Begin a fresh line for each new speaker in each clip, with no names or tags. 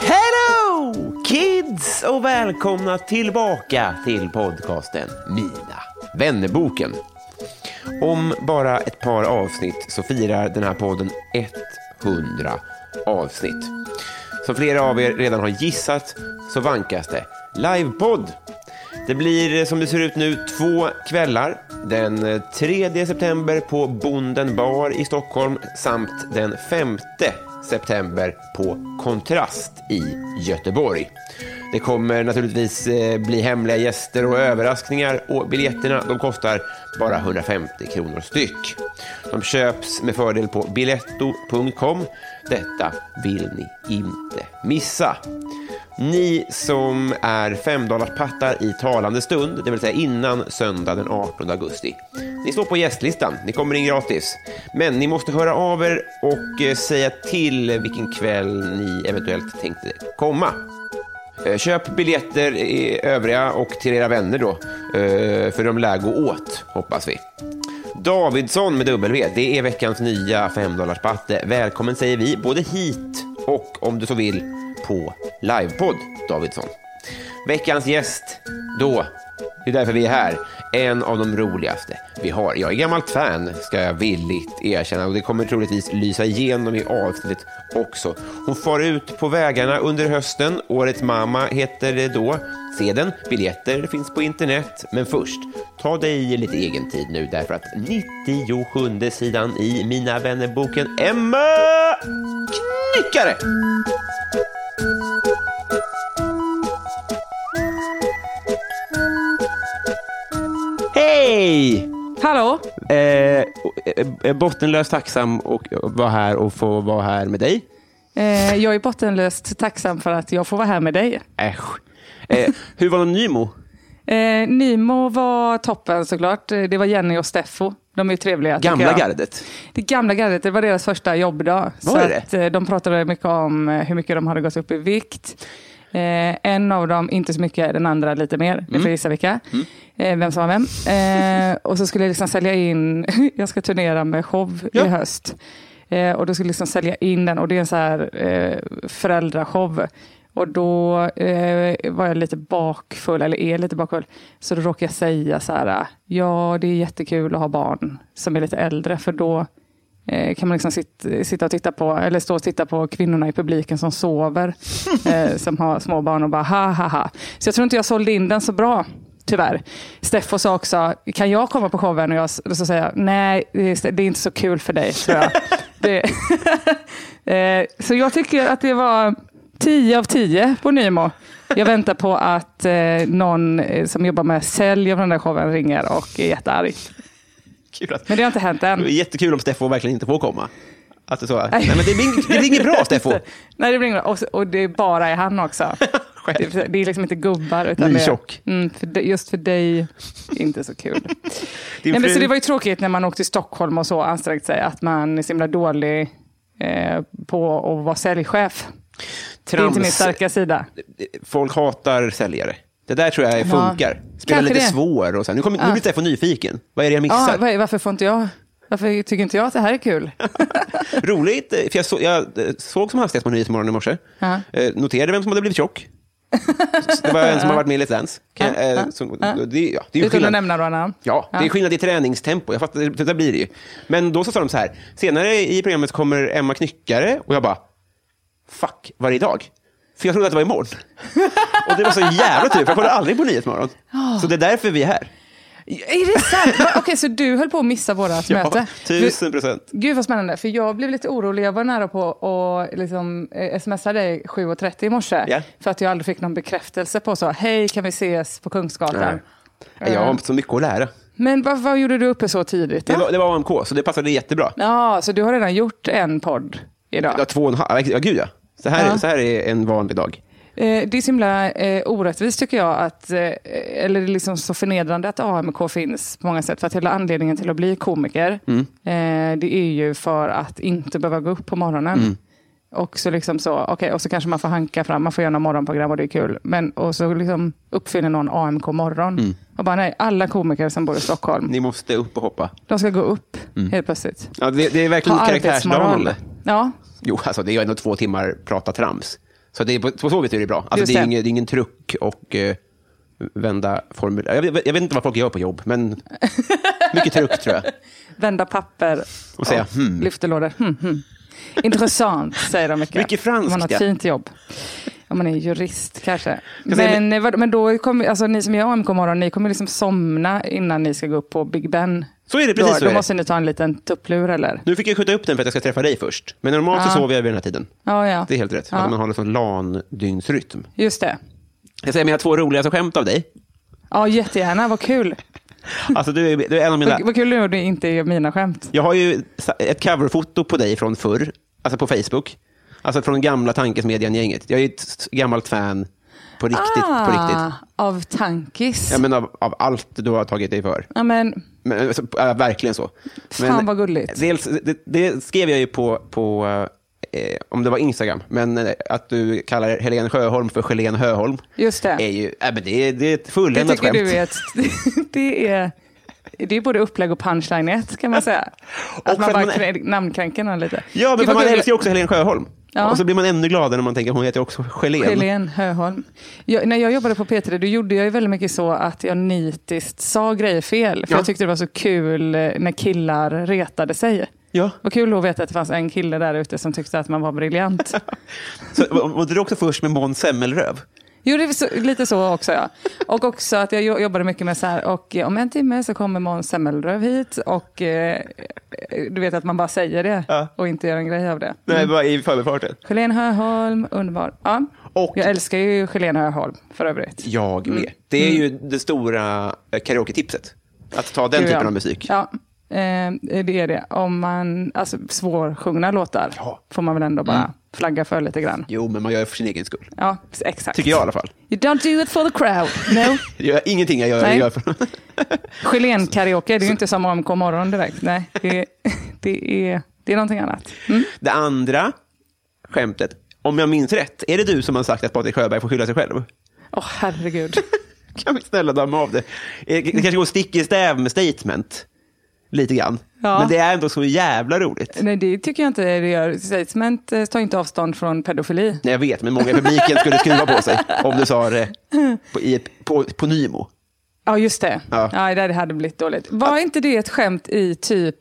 Hello kids och välkomna tillbaka till podcasten Mina vännerboken. Om bara ett par avsnitt så firar den här podden 100 avsnitt. Som flera av er redan har gissat så vankas det livepodd. Det blir eh, som det ser ut nu två kvällar. Den eh, 3 september på Bonden bar i Stockholm samt den 5 september på Kontrast i Göteborg. Det kommer naturligtvis eh, bli hemliga gäster och överraskningar och biljetterna de kostar bara 150 kronor styck. De köps med fördel på biletto.com. Detta vill ni inte missa. Ni som är femdollarspattar i talande stund, det vill säga innan söndag den 18 augusti. Ni står på gästlistan, ni kommer in gratis. Men ni måste höra av er och eh, säga till vilken kväll ni eventuellt tänkte komma. Eh, Köp biljetter i övriga och till era vänner då, eh, för de lär gå åt, hoppas vi. Davidsson med W, det är veckans nya 5-dollarspatte. Välkommen säger vi, både hit och om du så vill på livepodd Davidsson. Veckans gäst då, det är därför vi är här, en av de roligaste vi har. Jag är gammalt fan, ska jag villigt erkänna, och det kommer troligtvis lysa igenom i avsnittet också. Hon far ut på vägarna under hösten, Årets mamma heter det då. Se den, biljetter finns på internet. Men först, ta dig lite egen tid nu därför att 97 sidan i Mina vännerboken Emma Knyckare! Hej!
Hallå?
Eh, eh, bottenlöst tacksam och vara här och få vara här med dig.
Eh, jag är bottenlöst tacksam för att jag får vara här med dig.
Äsch. Eh, hur var det med Nymo?
Eh, Nimo var toppen såklart. Eh, Det var Jenny och Steffo. De är ju trevliga. tycker
Gamla
jag.
gardet.
Det gamla gardet. Det var deras första jobbdag. så
det det?
Att, eh, de pratade mycket om eh, hur mycket de hade gått upp i vikt. Eh, en av dem inte så mycket, den andra lite mer.
Mm.
Ni får gissa vilka. Eh, vem som var vem. Eh, och så skulle jag liksom sälja in, jag ska turnera med show
Ja.
i höst. Eh, och då skulle jag liksom sälja in den och det är en så här eh, föräldrashow. Och då eh, var jag lite bakfull, eller är lite bakfull. Så då råkade jag säga så här, ja det är jättekul att ha barn som är lite äldre. För då eh, kan man liksom sit, sitta och titta på, eller stå och titta på kvinnorna i publiken som sover, eh, som har små barn och bara ha ha ha. Så jag tror inte jag sålde in den så bra. Tyvärr. Steffo sa också, kan jag komma på showen? Och jag s- och så säger jag, nej det är det är inte så kul för dig. Tror jag. det, eh, så jag tycker att det var 10 av 10 på Nymo. Jag väntar på att eh, någon eh, som jobbar med sälj av den där showen ringer och är jättearg.
Kul att
Men det har inte hänt än.
Det är jättekul om Steffo verkligen inte får komma. Att det, är så, nej, men det, blir, ing- det blir inget bra, Steffo.
Nej, det blir inget bra. Och, så- och det är bara är han också.
Själv.
Det, det är liksom inte gubbar. Utan det,
Nytjock.
Mm, för dig- just för dig, inte så kul.
Din
Nej, men
fru-
så det var ju tråkigt när man åkte till Stockholm och så ansträngt sig, att man är så himla dålig eh, på att vara säljchef. Det är inte min
Trams-
starka sida.
Folk hatar säljare. Det där tror jag funkar. Spela
kanske
lite
det.
svår och så. här, Nu, kommer, nu blir Steffo nyfiken. Vad är det jag
Ja,
missar?
vad är- varför får inte jag? Varför tycker inte jag att det här är kul?
Roligt, eh, för jag, så, jag eh, såg som hastigast på Nyhetsmorgon i morse.
Ja.
Eh, noterade vem som hade blivit tjock. Det var en som har varit med i Let's Dance. Kan, eh, som, det, ja, det är ju
Utan att
skillnad.
nämna några namn.
Ja, det är skillnad i träningstempo. Jag fattar, det där blir det ju. Men då så sa de så här, senare i programmet kommer Emma Knyckare och jag bara, fuck, var det idag? För jag trodde att det var imorgon. och det var så jävla tur, för jag kollar aldrig på Nyhetsmorgon. Så det är därför vi är här.
Är det sant? Va, Okej, så du höll på att missa vårat
Ja,
möte?
tusen procent.
Du, gud vad spännande, för jag blev lite orolig. Jag var nära på att liksom, eh, smsa dig 7.30 i morse.
Ja.
För att jag aldrig fick någon bekräftelse på så. Hej, kan vi ses på Kungsgatan?
Nej. Jag har så mycket att lära.
Men vad, vad gjorde du uppe så tidigt?
Det
då?
var, det var AMK, så det passade jättebra.
Ja, så du har redan gjort en podd idag?
Ja, två och en halv. Ja, gud ja. Så här,
Ja.
så här är en vanlig dag.
Eh, Det är så himla eh, orättvist tycker jag, att, eh, eller det är liksom så förnedrande att AMK finns på många sätt. För att hela anledningen till att bli komiker, eh, det är ju för att inte behöva gå upp på morgonen. Och så liksom så, okay, och så kanske man får hanka fram, man får göra några morgonprogram och det är kul. Men, och så liksom uppfinner någon AMK morgon. Och bara nej, alla komiker som bor i Stockholm,
Ni måste upp och hoppa.
de ska gå upp helt plötsligt.
Ja, det, det är verkligen
Ha
karaktärsdanande.
arbetsmoral. Ja,
Jo, alltså det är ju ändå två timmar prata trams. Så det är på, på så vis är det bra. Alltså,
Just
det, är
det.
ingen, det är ingen truck och eh, vända formulär. Jag, vet- jag vet inte vad folk gör på jobb, men mycket truck tror jag.
vända papper
Och säga, hmm.
lyftelådor. Hmm, hmm. Intressant, säger de mycket.
Mycket franskt,
Man har
ja.
ett fint jobb. Om man är jurist kanske.
säga
Men, eh, vad- men då kommer, alltså, ni som gör AMK morgon, ni kommer liksom somna innan ni ska gå upp på Big Ben.
Så är det, precis
då,
så
då
är det.
måste ni ta en liten tupplur eller?
Nu fick jag skjuta upp den för att jag ska träffa dig först. Men normalt så sover jag vid den här tiden.
Ja, ja.
Det är helt rätt.
Ja.
Att man har en sån LAN-dygnsrytm.
Just det.
Jag säger mina två roligaste skämt av dig.
Ja, jättegärna. Vad kul.
Alltså, du, är- du är en av mina...
Vad, vad kul nu att det inte är mina skämt.
Jag har ju sa- ett coverfoto på dig från förr, alltså på Facebook. Alltså från gamla Tankesmedjan-gänget. Jag är ju ett s- gammalt fan på riktigt. På
Ah,
riktigt.
Av tankis.
Ja, men av, av allt du har tagit dig för.
Ja, men,
Men, alltså, ja, verkligen så. Men,
Fan, vad gulligt.
Dels, det, det skrev jag ju på, på eh, om det var Instagram, men eh, att du kallar Helene Sjöholm för Helene Höholm.
Just det.
Är ju, äh, men det, är, det är ett
det
fulländat
tycker
skämt.
du är ett, det är... Det är både upplägg och punchline i ett kan man säga.
för
Att man
att
bara
man är-
krä- namnkränker någon lite.
Ja, men för
Gud, vad
man
kul.
älskar ju också Helene Sjöholm.
Ja.
Och så blir man ännu gladare när man tänker hon heter också
Helene Höholm. Jag, när jag jobbade på P3 då gjorde jag ju väldigt mycket så att jag nitiskt sa grejer fel. För
Ja.
jag tyckte det var så kul eh, när killar retade sig.
Ja.
Vad kul att veta att det fanns en kille där ute som tyckte att man var briljant.
Så, var- var du också först med Måns Semmelröv?
Jo, det är så, lite så också. Ja. Och också att jag jo- jobbade mycket med så här, och eh, om en timme så kommer Måns Semmelröv hit och eh, du vet att man bara säger det
Ja.
och inte gör en grej av det.
Nej, bara i förbifarten.
Helene Höholm, underbar. Ja.
Och-
Jag älskar ju Helene Höholm för övrigt.
Jag
Mm.
med. Det är ju det stora eh, karaoke-tipset. Att ta den
Gud,
typen
ja.
av musik.
Ja, eh, det är det. Om man, alltså svårsjungna låtar
Ja. Mm.
får man väl ändå bara flagga för lite grann.
Jo, men man gör det för sin egen skull.
Ja, exakt.
Tycker jag i alla fall.
You don't do it for the crowd. No.
Jag gör ingenting jag gör, jag
Nej.
gör för
Gelén-karaoke, det är ju inte som AMK morgon direkt. Nej, det är, det är, det är någonting annat. Mm.
Det andra skämtet, om jag minns rätt, är det du som har sagt att Patrik Sjöberg får skylla sig själv?
Åh, herregud.
Kan vi snälla damma av det? Eh, Det kanske går stick i stäv med statement. Lite grann.
Ja.
Men det är ändå så jävla roligt.
Nej, det tycker jag inte det gör. Statement eh, tar inte avstånd från pedofili.
Nej, jag vet, men många i publiken skulle skruva på sig om du sa det på, i ett, på, på Nymo.
Ja, just det.
Ja.
Ja. det där hade blivit dåligt. Var inte det ett skämt i typ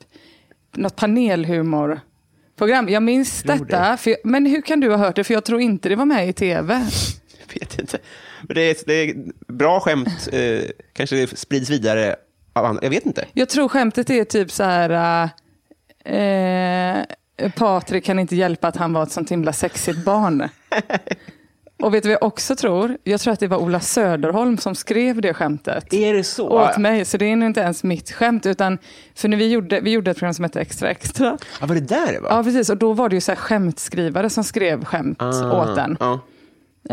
något panelhumorprogram? Jag minns detta. För jag, men hur kan du ha hört det? För jag tror inte det var med i tv.
vet inte. Men det är, det är bra skämt. Eh, kanske det sprids vidare av andra. Jag vet inte.
Jag tror skämtet är typ så här... äh, Eh, Patrik kan inte hjälpa att han var ett sånt himla sexigt barn. Och vet du vad jag också tror? Jag tror att det var Ola Söderholm som skrev det skämtet.
Är det så?
Åt mig, så det är nog inte ens mitt skämt. Utan, för när vi gjorde, vi gjorde ett program som hette Extra Extra.
Ja, var det där det var?
Ja, precis. Och då var det ju så här skämtskrivare som skrev skämt
Ah.
åt den.
Ja.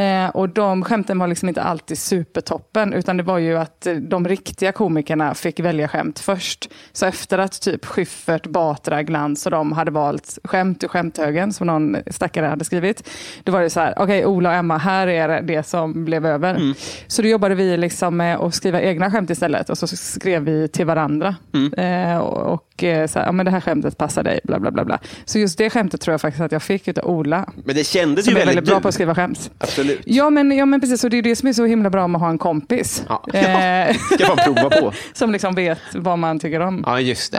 Eh, och de skämten var liksom inte alltid supertoppen, utan det var ju att eh, de riktiga komikerna fick välja skämt först. Så efter att typ Schyffert, Batra, Glans och de hade valt skämt ur skämthögen som någon stackare hade skrivit, då var det så här, okej Ola och Emma, här är det, det som blev över. Så då jobbade vi liksom med att skriva egna skämt istället och så skrev vi till varandra. Eh, och, och Och eh, så här, ja, men det här skämtet passar dig, bla bla bla. bla. Så just det skämtet tror jag faktiskt att jag fick utav Ola.
Men det kändes
Som
ju
är väldigt bra
du.
på att skriva skämt.
Absolut.
Ja men, ja, men precis. Och det är det som är så himla bra med att ha en kompis.
Ja.
Eh,
Ska man prova på.
som liksom vet vad man tycker om.
Ja, just det.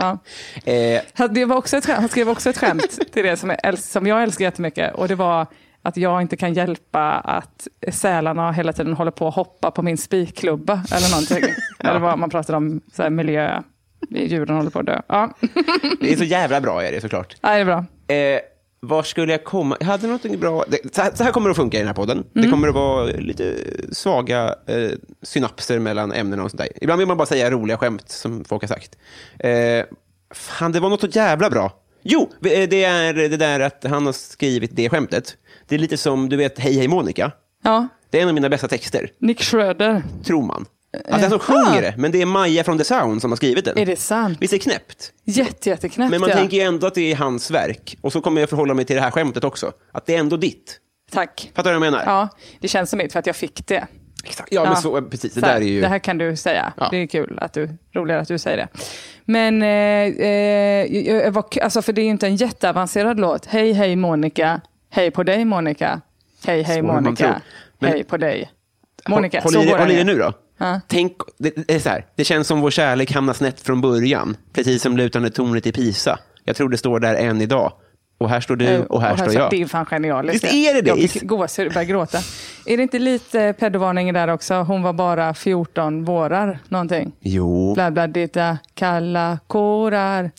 Eh,
Han- Det var också ett skämt, han skrev också ett skämt till det som, jag äls- som jag älskar jättemycket. Och det var att jag inte kan hjälpa att sälarna hela tiden håller på att hoppa på min spikklubba. Eller någonting. Eller vad man pratade om så här, miljö, djuren håller på att dö. Ja,
det är så jävla bra är det såklart.
Nej, det är bra.
Eh, var skulle jag komma? Jag hade någonting bra. Det, så, här, så här kommer det att funka i den här podden. Det
Mm.
kommer att vara lite svaga eh, synapser mellan ämnena och sånt där. Ibland vill man bara säga roliga skämt som folk har sagt. Eh, fan, det var något så jävla bra. Jo, eh, det är det där att han har skrivit det skämtet. Det är lite som, du vet, Hej hej Monica.
Ja,
Det är en av mina bästa texter,
Nick Schröder.
tror man. Att den som sjunger det, men det är Maja från The Sound som har skrivit den.
Är det sant?
Visst är det knäppt?
Jätte, jätteknäppt.
Men man
ja.
tänker ju ändå att det är hans verk. Och så kommer jag förhålla mig till det här skämtet också. Att det är ändå ditt.
Tack.
Fattar du vad jag menar?
Ja, det känns som mitt för att jag fick det.
Exakt. Ja, men så, eh, precis. Det
Så här,
där är ju...
det här kan du säga.
Ja.
Det är kul att du, roligare att du säger det. Men, eh, eh, jag- jag var, alltså för det är ju inte en jätteavancerad låt. Hej, hej Monica. Hej på dig Monica. Hej, hej
Svårare än man
Monica.
tror. Men-
hej på dig. Monica,
håll,
så
håll, i,
går
håll i
den
det
ju.
nu då.
Ja.
Tänk, det, det, är så här, det känns som vår kärlek hamnar snett från början. Precis som lutande tornet i Pisa. Jag tror det står där än idag. Och här står du och här, står jag.
Det är fan genialiskt.
Visst är det det?
Jag fick gåshud och började gråta. Är det inte lite peddovarning där också? Hon var bara 14 vårar någonting.
Jo.
Bla, bla, ditta, kalla kårar.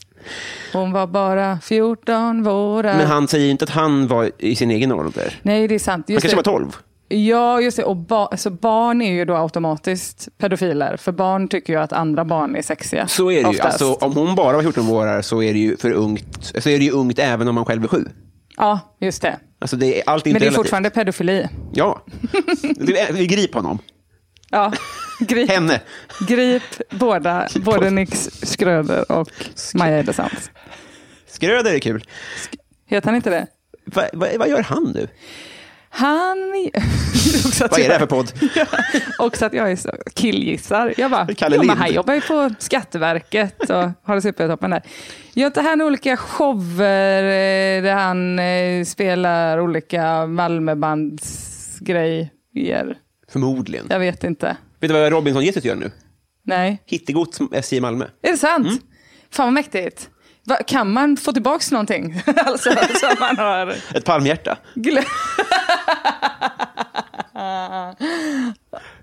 Hon var bara 14 vårar.
Men han säger ju inte att han var i sin egen ålder.
Nej, det är sant.
Han
Just
kanske var
det.
12.
Ja, just det. Och ba- så barn är ju då automatiskt pedofiler. För barn tycker ju att andra barn är sexiga.
Så är det ju.
oftast.
Alltså, om hon bara var 14 år så är det ju för ungt. Så är det ju ungt även om man själv är sju.
Ja, just det.
Alltså det är, allt är inte
Men det är
relativt.
fortfarande pedofili.
Ja. Det är- Vi griper honom.
Ja. Grip,
Henne.
grip båda, både Nix Schröder och Maja Edesand.
Skröder är kul.
Heter han inte det?
Va, va, vad gör han nu?
Han... Också att
Vad är det här
jag-
för podd?
Ja, också att jag är så killgissar. Jag bara,
Kalle
ja, men
Lind.
han jobbar ju på Skatteverket och har det supertoppen där. Gör inte han olika shower eh, där han eh, spelar olika Malmöbandsgrejer?
Förmodligen.
Jag vet inte.
Vet du vad Robinson-Jesus gör nu?
Nej.
Hittegods SJ Malmö.
Är det sant?
Mm.
Fan vad mäktigt. Va, kan man få tillbaka någonting? alltså, som man har...
Ett palmhjärta.
Glö-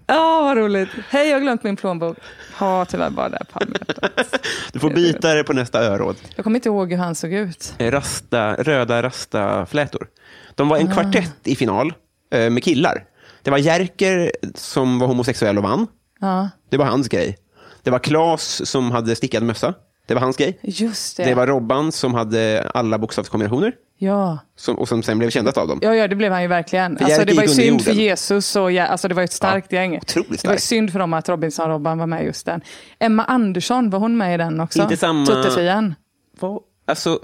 Ja, vad roligt. Hej, jag har glömt min plånbok. Har tyvärr bara det här palmhjärtat.
Du får bita det på nästa öråd. Eh,
Jag kommer inte ihåg hur han såg ut.
Rasta, röda rasta-flätor. De var en kvartett i final eh, med killar. Det var Jerker som var homosexuell och vann.
Ja,
Det var hans grej. Det var Klas som hade stickad mössa. Det var hans grej.
just det.
Det var Robban som hade alla bokstavskombinationer.
Ja.
Som, och som sen blev kändast av dem.
Ja, ja, det blev han ju verkligen. Alltså,
Jerker
det var ju
gick under
synd för
jorden.
Jesus och ja, alltså, det var ju ett starkt gäng.
otroligt
Det var ju
starkt.
synd för dem att Robinson-Robban var med i just den. Emma Andersson, var hon med i den också?
Inte samma-
Tuttefian.
Vad- Alltså...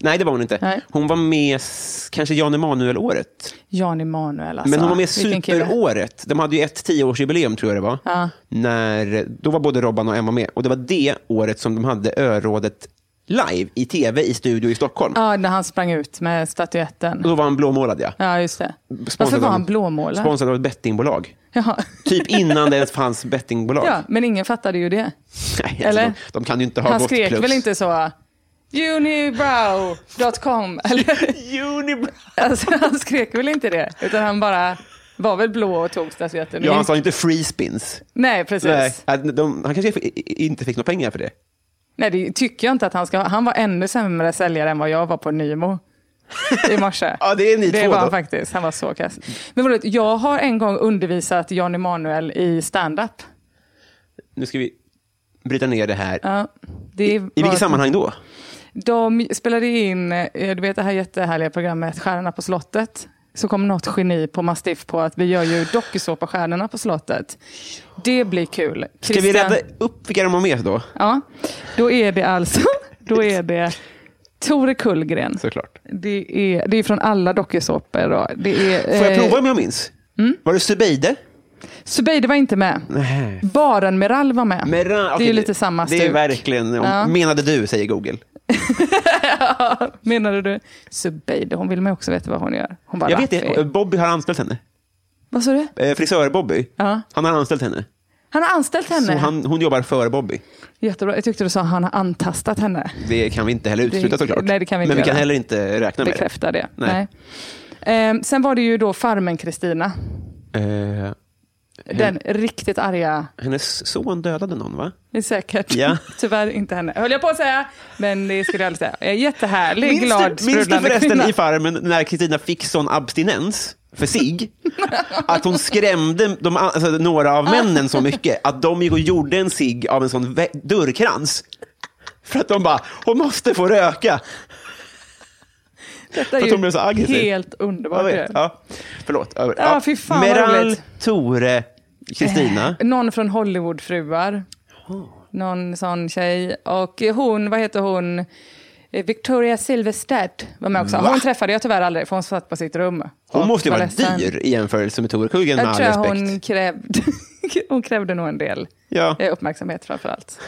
Nej, det var hon inte.
Nej.
Hon var med s- kanske Jan Emanuel-året.
Jan Emanuel alltså.
Men hon var med
Vilken kille.
superåret. De hade ju ett tioårsjubileum, tror jag det var.
Ja.
När, då var både Robban och Emma med. Och det var det året som de hade örådet live i tv i studio i Stockholm.
Ja, när han sprang ut med
Och
statyetten.
då var han blåmålad, ja.
Ja, just det. Varför
Sponsrad
var
av-
han blåmålad?
Sponsrad av ett bettingbolag.
Jaha.
Typ innan det ens fanns bettingbolag.
Ja, men ingen fattade ju det.
Nej, alltså,
Eller?
De, de kan ju inte ha
Han
gått
skrek
plus.
väl inte så unibrow.com eller?
Unibrow.
Alltså, han skrek väl inte det, utan han bara var väl blå och tog statyetten.
Ja, han sa ju inte free spins.
Nej, precis.
Nej,
Nej.
att de, han kanske i- i- inte fick några pengar för det.
det tycker jag inte att han ska ha. Han var ännu sämre säljare än vad jag var på Nymo i morse.
Ja, det är ni
det
två
var
då.
han faktiskt. Han var så kass. Men vadå, jag har en gång undervisat Jan Emanuel i stand-up.
Nu ska vi bryta ner det här.
Ja, det
I vilket sammanhang då?
De spelade in, eh, du vet det här jättehärliga programmet Stjärnorna på slottet. Så kom något geni på Mastiff på att vi gör ju dokusåpa Stjärnorna på slottet. Det blir kul.
Ska vi
Christian-
rädda upp vilka de har med då?
Ja, då är det alltså, då är det Tore Kullgren.
Såklart.
Det är, det är från alla dokusåpor. och Det är,
Får jag
eh,
prova om jag minns? Var det Zubeide?
Subeider var inte med. Barenmeral var med.
Men ra-
det är
okej,
ju lite samma
Det
stuk.
är verkligen, om-
Ja.
menade du, säger Google.
Menade du Subeider? Hon vill man ju också veta vad hon gör. Hon bara
Jag vet det.
Raffi.
Bobby har anställt henne.
Vad sa du?
Eh, Frisör-Bobby.
Ja.
Han har anställt henne.
Han har anställt henne.
Så han, hon jobbar för Bobby.
Jättebra. Jag tyckte du sa att han har antastat henne.
Det kan vi inte heller utesluta
Det-
såklart.
nej, det kan vi inte
Men vi kan
göra.
heller inte räkna med
Bekräfta det.
Nej.
Nej. Ehm, sen var det ju då Farmen-Kristina.
det. Eh,
Den riktigt arga.
hennes son dödade någon, va?
Det är säkert.
Ja.
Tyvärr inte henne. Höll jag på att säga. Men det skulle jag aldrig säga. Eh, Jättehärlig, glad,
du, minns du
sprudlande
förresten
kvinna.
i Farmen när Kristina fick sån abstinens för sig att hon skrämde de, alltså, några av männen så mycket att de gick och gjorde en sig av en sån vä- dörrkrans. För att de bara, hon måste få röka.
Detta
För att hon blev så aggressiv.
helt
Jag
underbart.
vet,
ju.
ja. Förlåt. Ja,
Ja, fy fan, vad
Meral,
roligt. Eh,
Tore, Kristina.
Någon från Hollywoodfruar. Någon sån tjej. Och hon, vad heter hon? Eh, Victoria Silvstedt var med också.
Va?
Hon träffade jag tyvärr aldrig, för hon satt på sitt rum.
Hon
Och
måste ju
var
vara
ledsen.
dyr i jämförelse med Torekuggen med
Jag
all
tror
respekt.
hon krävde, hon krävde nog en del
Ja.
eh, uppmärksamhet framför allt.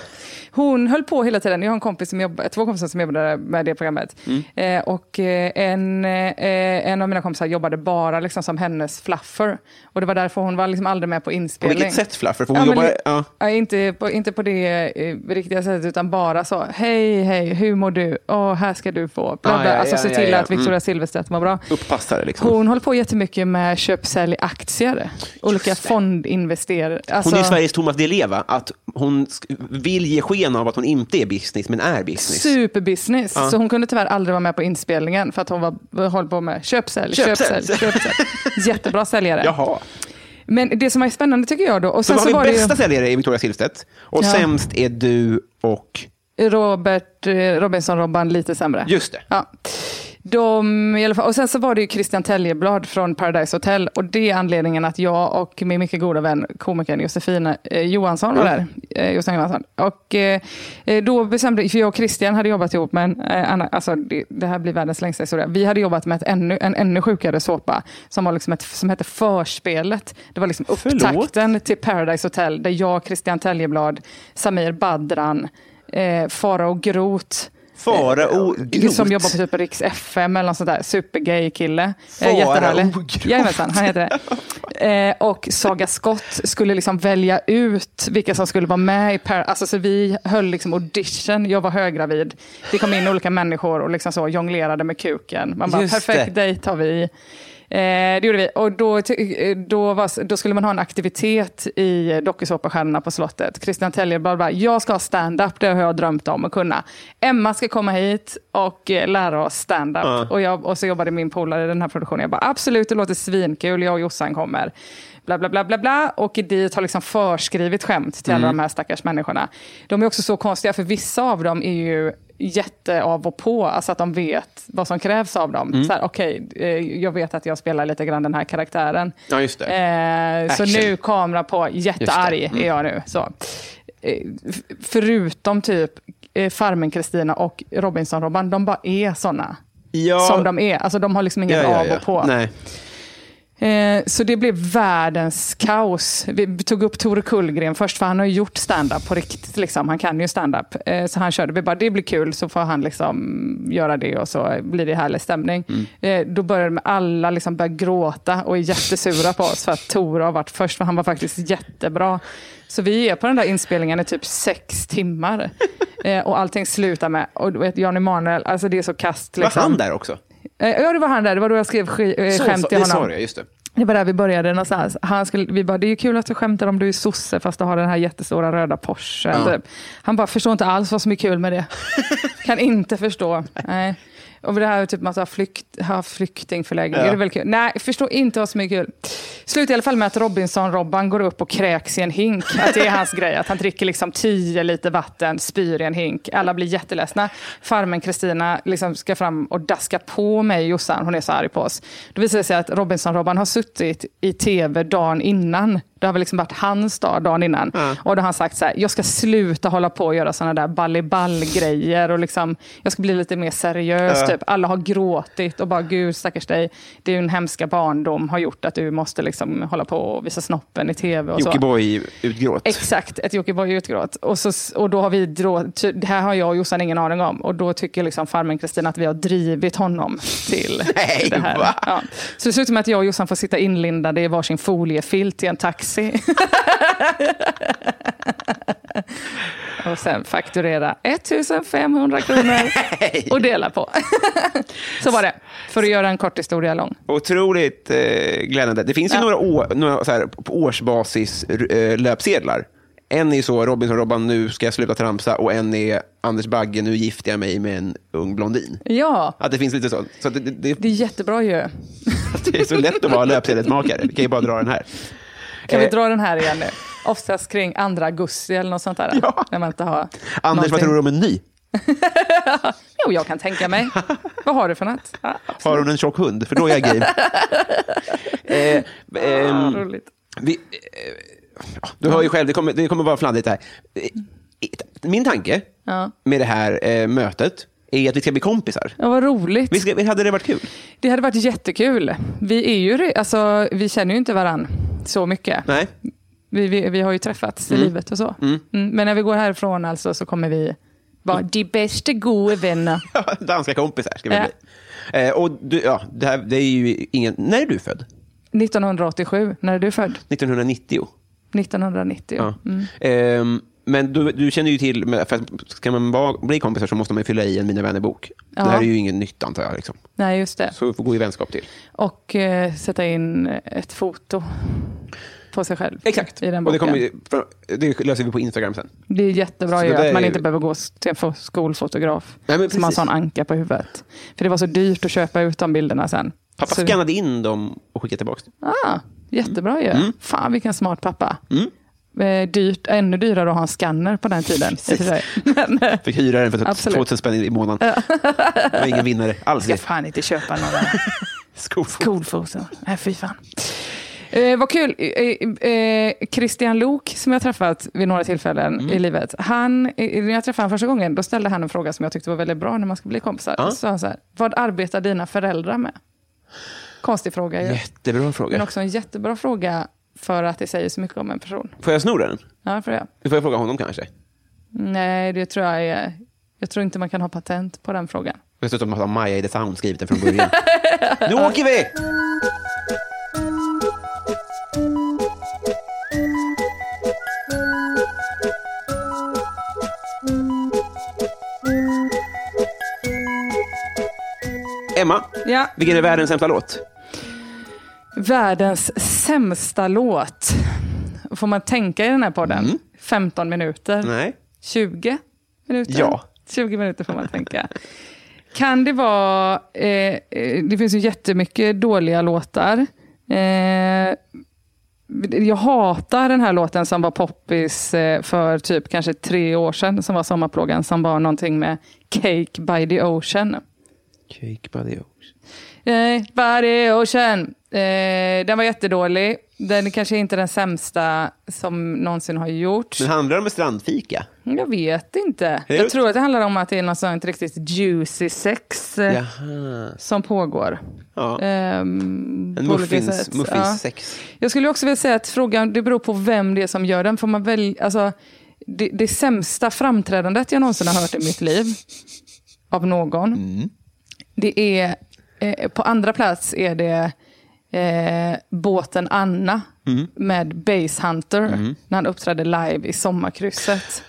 Hon höll på hela tiden. Jag har en kompis som jobbar, två kompisar som jobbade med det programmet.
Mm.
Eh, och eh, en, eh, en av mina kompisar jobbade bara liksom som hennes fluffer. Och det var därför hon var liksom aldrig med på
På
inspelning.
vilket sätt Fluffer? För hon
men
jobbar...
li-
Ja.
ja, inte, på, inte på det eh, riktiga sättet, utan bara så. Hej, hej, hur mår du? Åh, här ska du få. Bla,
Ah,
bla.
ja,
alltså
ja,
se
ja,
till
ja.
att Victoria
Mm.
Silvstedt mår bra.
Upppassare liksom.
Hon håller på jättemycket med köp, sälj, aktier. Olika fondinvesterare. Alltså,
Hon är ju Sveriges Thomas Di Leva, att hon sk- vill ge sken av att hon inte är business, men är business.
Superbusiness. Så hon kunde tyvärr aldrig vara med på inspelningen för att hon var, höll på med köp, sälj,
Köp,
köp,
sälj.
sälj. Köp, sälj. Jättebra säljare.
Jaha.
Men det som är spännande tycker jag då, och
Så
sen
då
så,
har vi
var
bästa
det
säljare i Victoria Silvstedt och
Ja.
sämst är du och...
ju Robert eh, Robinson-Robban lite sämre.
Just det.
Ja. De, i alla fall, och sen så var det ju Christian Teljeblad från Paradise Hotel och det är anledningen att jag och min mycket goda vän komikern Josefina eh, Johansson var där. Eh, Josefina Johansson. Och eh, eh, då bestämde, för jag och Christian hade jobbat ihop men eh, Anna, alltså det, det här blir världens längsta historia. Vi hade jobbat med ett ännu, en ännu sjukare såpa som, var liksom ett, som hette Förspelet. Det var liksom
Förlåt?
upptakten till Paradise Hotel där jag, Christian Teljeblad, Samir Badran, eh, Farao Groth
Farao Groth.
Eh, som jobbar på typ Riks FM eller något sånt där. Supergay kille.
Farao
Eh, jättehärlig.
Groth.
Jajamensan, han heter det. Eh, och Saga Scott skulle liksom välja ut vilka som skulle vara med i Par alltså, så Vi höll liksom audition, jag var höggravid. Det kom in olika människor och liksom så jonglerade med kuken. Man bara,
Just
perfekt
det.
dejt har vi. Eh, det gjorde vi. Och då, ty- eh, då, var, då skulle man ha en aktivitet i dokusåpastjärnorna på slottet. Christian Teljeblad bara, jag ska ha stand-up, det har jag drömt om att kunna. Emma ska komma hit och eh, lära oss stand-up. Och, jag, och så jobbade min polare i den här produktionen. Jag bara, absolut, det låter svinkul, jag och Jossan kommer. Bla, bla, bla, bla, bla. Och dit har liksom förskrivit skämt till
Mm.
alla de här stackars människorna. De är också så konstiga, för vissa av dem är ju jätte av och på, alltså att de vet vad som krävs av dem.
Mm.
Så här, okej, eh, jag vet att jag spelar lite grann den här karaktären.
Ja, just det.
Eh, så
Action. Mm.
nu kamera på, jättearg är jag nu. Så. Eh, f- förutom typ eh, Farmen-Kristina och Robinson-Robban, de bara är såna.
Ja.
Som de är. Alltså de har liksom inget
Ja, ja,
av
ja.
och på.
Nej.
Eh, så det blev världens kaos. Vi tog upp Tore Kullgren först, för han har ju gjort stand-up på riktigt. Liksom. Han kan ju stand-up. Eh, så han körde. Vi bara, det blir kul, så får han liksom göra det och så blir det härlig stämning.
Mm.
Eh, då började med alla liksom börja gråta och är jättesura på oss för att Tore har varit först, för han var faktiskt jättebra. Så vi är på den där inspelningen i typ sex timmar. Eh, och allting slutar med, och du vet, Jan Emanuel, alltså det är så kast.
Var
Liksom.
han där också?
Eh, ja, det var han där. Det var då jag skrev sk- eh,
Så,
skämt
så-
till
det
honom.
sa du, ja, just det.
Det var där vi började någonstans. Han skulle, vi bara, det är ju kul att du skämtar om du är sosse fast du har den här jättestora röda Porschen. Typ. Han bara, förstår inte alls vad som är kul med det. kan inte förstå. Nej. Och det här är typ man har, flykt, har flyktingförläggning. Är det väl kul? Nej, förstår inte vad som är kul. Slutar i alla fall med att Robinson-Robban går upp och kräks i en hink. Att det är hans grej. Att han dricker liksom tio liter vatten, spyr i en hink. Alla blir jätteledsna. Farmen Kristina liksom ska fram och daska på mig Jossan. Hon är så arg på oss. Då visar det sig att Robinson-Robban har suttit i tv dagen innan. Det har väl liksom varit hans dag dagen innan. Och då har han sagt så här, jag ska sluta hålla på och göra sådana där balliball-grejer. Och liksom, jag ska bli lite mer seriös. Typ. Alla har gråtit och bara, gud stackars dig. Din hemska barndom har gjort att du måste liksom hålla på och visa snoppen i tv. Och så.
Jockiboi-utgråt.
Exakt, ett Jockiboi-utgråt. Och, så, och då har vi, drå- ty- det här har jag och Jossan ingen aning om. Och då tycker liksom farmen Kristina att vi har drivit honom till
Nej,
det här.
va?
Ja. Så det ser ut som att jag och Jossan får sitta inlindade i varsin foliefilt i en taxi. och sen fakturera 1500 kronor och dela på. så var det, för att göra en kort historia lång.
Otroligt eh, glädjande. Det finns ju
Ja.
några, å, några så här, på årsbasis r- eh, löpsedlar. En är så Robinson-Robban, nu ska jag sluta tramsa. Och en är Anders Bagge, nu gifter jag mig med en ung blondin.
Ja,
Att det finns lite så. så att det, det,
det är
det,
jättebra ju.
det är så lätt att vara löpsedelsmakare. Vi kan ju bara dra den här.
Kan vi
Eh.
dra den här igen nu? Oftast kring 2 augusti eller något sånt där.
Ja.
När man inte har
Anders, vad
någonting.
tror du om en ny?
Jo, jag kan tänka mig. vad har du för något? Ja,
Har hon en tjock hund? För då är jag game. eh, ehm,
vad Ah, roligt.
Vi, eh, ja, du hör ju själv, det kommer, det kommer vara fladdigt här. Eh, Min tanke
Ja.
med det här eh, mötet är att vi ska bli kompisar.
Ja, vad roligt.
Vi ska, hade det varit kul?
Det hade varit jättekul. Vi, är ju, re- alltså, vi känner ju inte varann så mycket.
Nej.
Vi, vi, vi har ju träffats i livet och så. Mm, Men när vi går härifrån alltså, så kommer vi vara
Mm.
de bästa goda vänner.
Danska kompisar ska vi
Ja.
bli. Eh, och du, ja, det, här, det är ju ingen... När är du född?
1987, när är du född?
1990?
1990.
Ja. Ehm, men du, du känner ju till, men för att ska man bara bli kompisar så måste man ju fylla i en Mina vänner-bok.
Ja.
Det här är ju ingen nytt antar jag. Liksom.
Nej, just det.
Så vi får gå i vänskap till.
Och eh, sätta in ett foto på sig själv i den
och det,
boken.
kommer, ju- för- det löser vi på Instagram sen.
Det är jättebra
Så
ju
det där
att man
är-
inte behöver gå till en fo- skolfotograf
Nej, men
som har en
precis.
sån anka på huvudet. För det var så dyrt att köpa ut de bilderna sen.
Pappa
så...
skannade in dem och skickade tillbaka dem.
ah, Jättebra ju.
Mm.
Fan vilken smart pappa. Eh, Dyrt, ännu dyrare att ha en skanner på den tiden. i och för sig. Men eh,
Fick hyra den för typ
Absolut.
2000 spänn i månaden. Det var ingen vinnare alls.
jag ska fan inte köpa några
Skofot.
skolfoton. Nej, fy fan. Eh, vad kul. Eh, eh, Christian Lok som jag träffat vid några tillfällen i livet. Han, eh, när jag träffade honom första gången, då ställde han en fråga som jag tyckte var väldigt bra när man ska bli kompisar. Så sa han så här, vad arbetar dina föräldrar med? Konstig fråga ju.
Jättebra
Men
fråga.
också en jättebra fråga för att det säger så mycket om en person.
Får jag sno den?
Ja, för det.
Nu får jag fråga honom kanske.
Nej, det tror jag är... Jag tror inte man kan ha patent på den frågan.
Dessutom har Maja i The Sound skrivit den från början. nu åker vi! Emma,
Ja.
vilken är världens sämsta låt?
Världens sämsta låt. Får man tänka i den här podden? 15 minuter?
Mm. Nej.
20 minuter?
Ja.
20 minuter får man tänka. Kan det vara... Eh, eh, det finns ju jättemycket dåliga låtar. Eh, jag hatar den här låten som var poppis eh, för typ kanske tre år sedan, som var sommarplågan, som var någonting med Cake by the Ocean.
Cake by the Ocean.
Eh, By the Ocean. Eh, den var jättedålig. Den är kanske inte den sämsta som någonsin har gjorts. Mm,
Men handlar det om en strandfika?
Jag vet inte.
Hej
Jag
ut.
tror att det handlar om att det är något sånt riktigt juicy sex eh,
Jaha.
som pågår.
Ja.
Eh, Ehm,
En
på olika
muffins,
sätt. Ja.
muffinssex.
Jag skulle också vilja säga att frågan, det beror på vem det är som gör den. Får man väl, alltså, det, det sämsta framträdandet jag någonsin har hört i mitt liv av någon,
Mm.
det är, eh, på andra plats är det eh, båten Anna
Mm.
med Base Hunter när han uppträdde live i Sommarkrysset.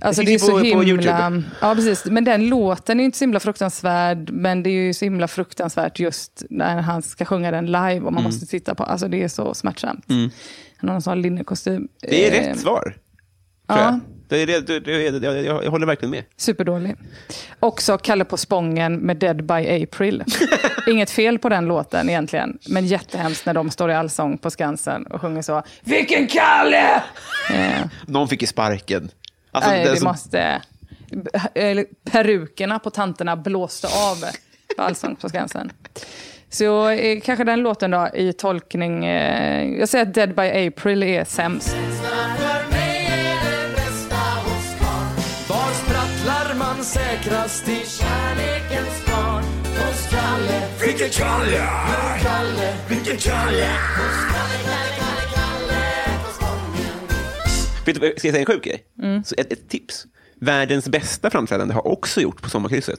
Alltså
Det
det är
finns
så
ju på- på
himla...
YouTube.
Ja, precis. Men den låten är ju inte så himla fruktansvärd, men det är ju så himla fruktansvärt just när han ska sjunga den live och
Mm.
man måste titta på. Alltså det är så smärtsamt. Han har en sån linnekostym.
Det är
Eh,
rätt svar. Tror
ja.
jag. Det är, det, det, det, det, jag, jag, jag håller verkligen med.
Superdålig. Också Kalle på Spången med Dead by April. Inget fel på den låten egentligen, men jättehemskt när de står i allsång på Skansen och sjunger så. Vilken Kalle!
Någon fick ju sparken. Alltså,
Nej,
den
vi
som-
måste... eller Perukerna på tanterna blåste av på Allsång på Skansen. Så eh, kanske den låten då i tolkning. Eh, jag säger att Dead by April är sämst.
För mig är det bästa hos karln. Var sprattlar man säkrast i kärlekens barn? Hos Kalle,
Vilken kalle!
Kalle,
Vilken kalle!
Vet du, vad jag ska jag säga en sjuk grej?
Mm.
Så ett, ett tips. Världens bästa framträdande har också gjort på sommarkrysset.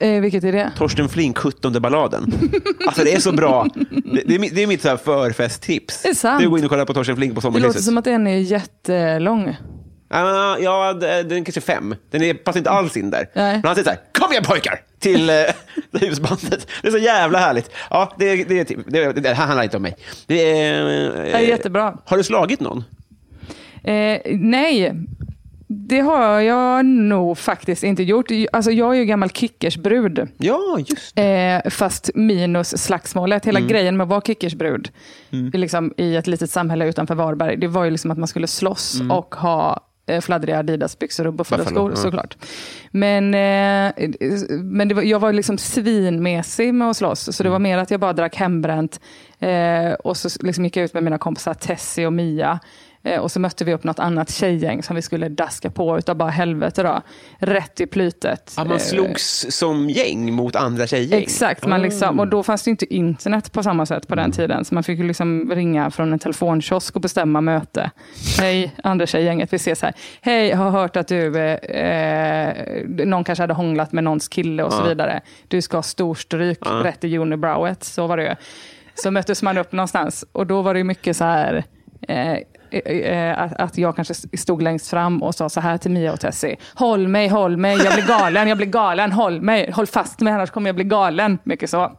Eh, vilket är det?
Torsten Flink, 17 balladen. Alltså det är så bra. Det, det är, mitt- det är mitt så här förfesttips.
Det är sant.
Du går in och kollar på Torsten Flink på
Det låter
sommarkrysset.
som att den är jättelång.
Ah, ja, d- den kanske är fem. Den är, passar inte alls in där.
Nej.
Men han säger så här, kom igen pojkar! Till eh, husbandet. Det är så jävla härligt. Ja, det, det, det, det, det här handlar inte om mig. Det är, eh,
Det är jättebra.
Har du slagit någon?
Eh, nej, det har jag nog faktiskt inte gjort. Alltså, jag är ju gammal kickersbrud.
Ja, just det.
Eh, fast minus slagsmålet.
Mm.
Hela grejen med att vara kickersbrud i liksom, i ett litet samhälle utanför Varberg, det var ju liksom att man skulle slåss och ha eh, fladdriga Adidas-byxor och buffade
Mm. Buffalo,
skor
ja.
såklart. Men, eh, men det var, jag var liksom svinmesig med att slåss, så det var
Mm.
mer att jag bara drack hembränt eh, och så liksom gick jag ut med mina kompisar Tessie och Mia. eh, Och så mötte vi upp något annat tjejgäng som vi skulle daska på utav bara helvete. Då. Rätt i plytet.
Ja,
Eh,
man slogs som gäng mot andra tjejgäng.
Exakt, man liksom, och då fanns det ju inte internet på samma sätt på den tiden. Så man fick ju liksom ringa från en telefonkiosk och bestämma möte. Hej, andra tjejgänget, vi ses här. Hej, jag har hört att du, eh, eh, någon kanske hade hånglat med någons kille och så vidare. Du ska ha storstryk rätt i unibrowet, så var det ju. Så möttes man upp någonstans och då var det ju mycket så här, eh, eh, eh, att, att jag kanske stod längst fram och sa så här till Mia och Tessie. Håll mig, håll mig, jag blir galen, jag blir galen, håll mig, håll fast mig annars kommer jag bli galen. Mycket så.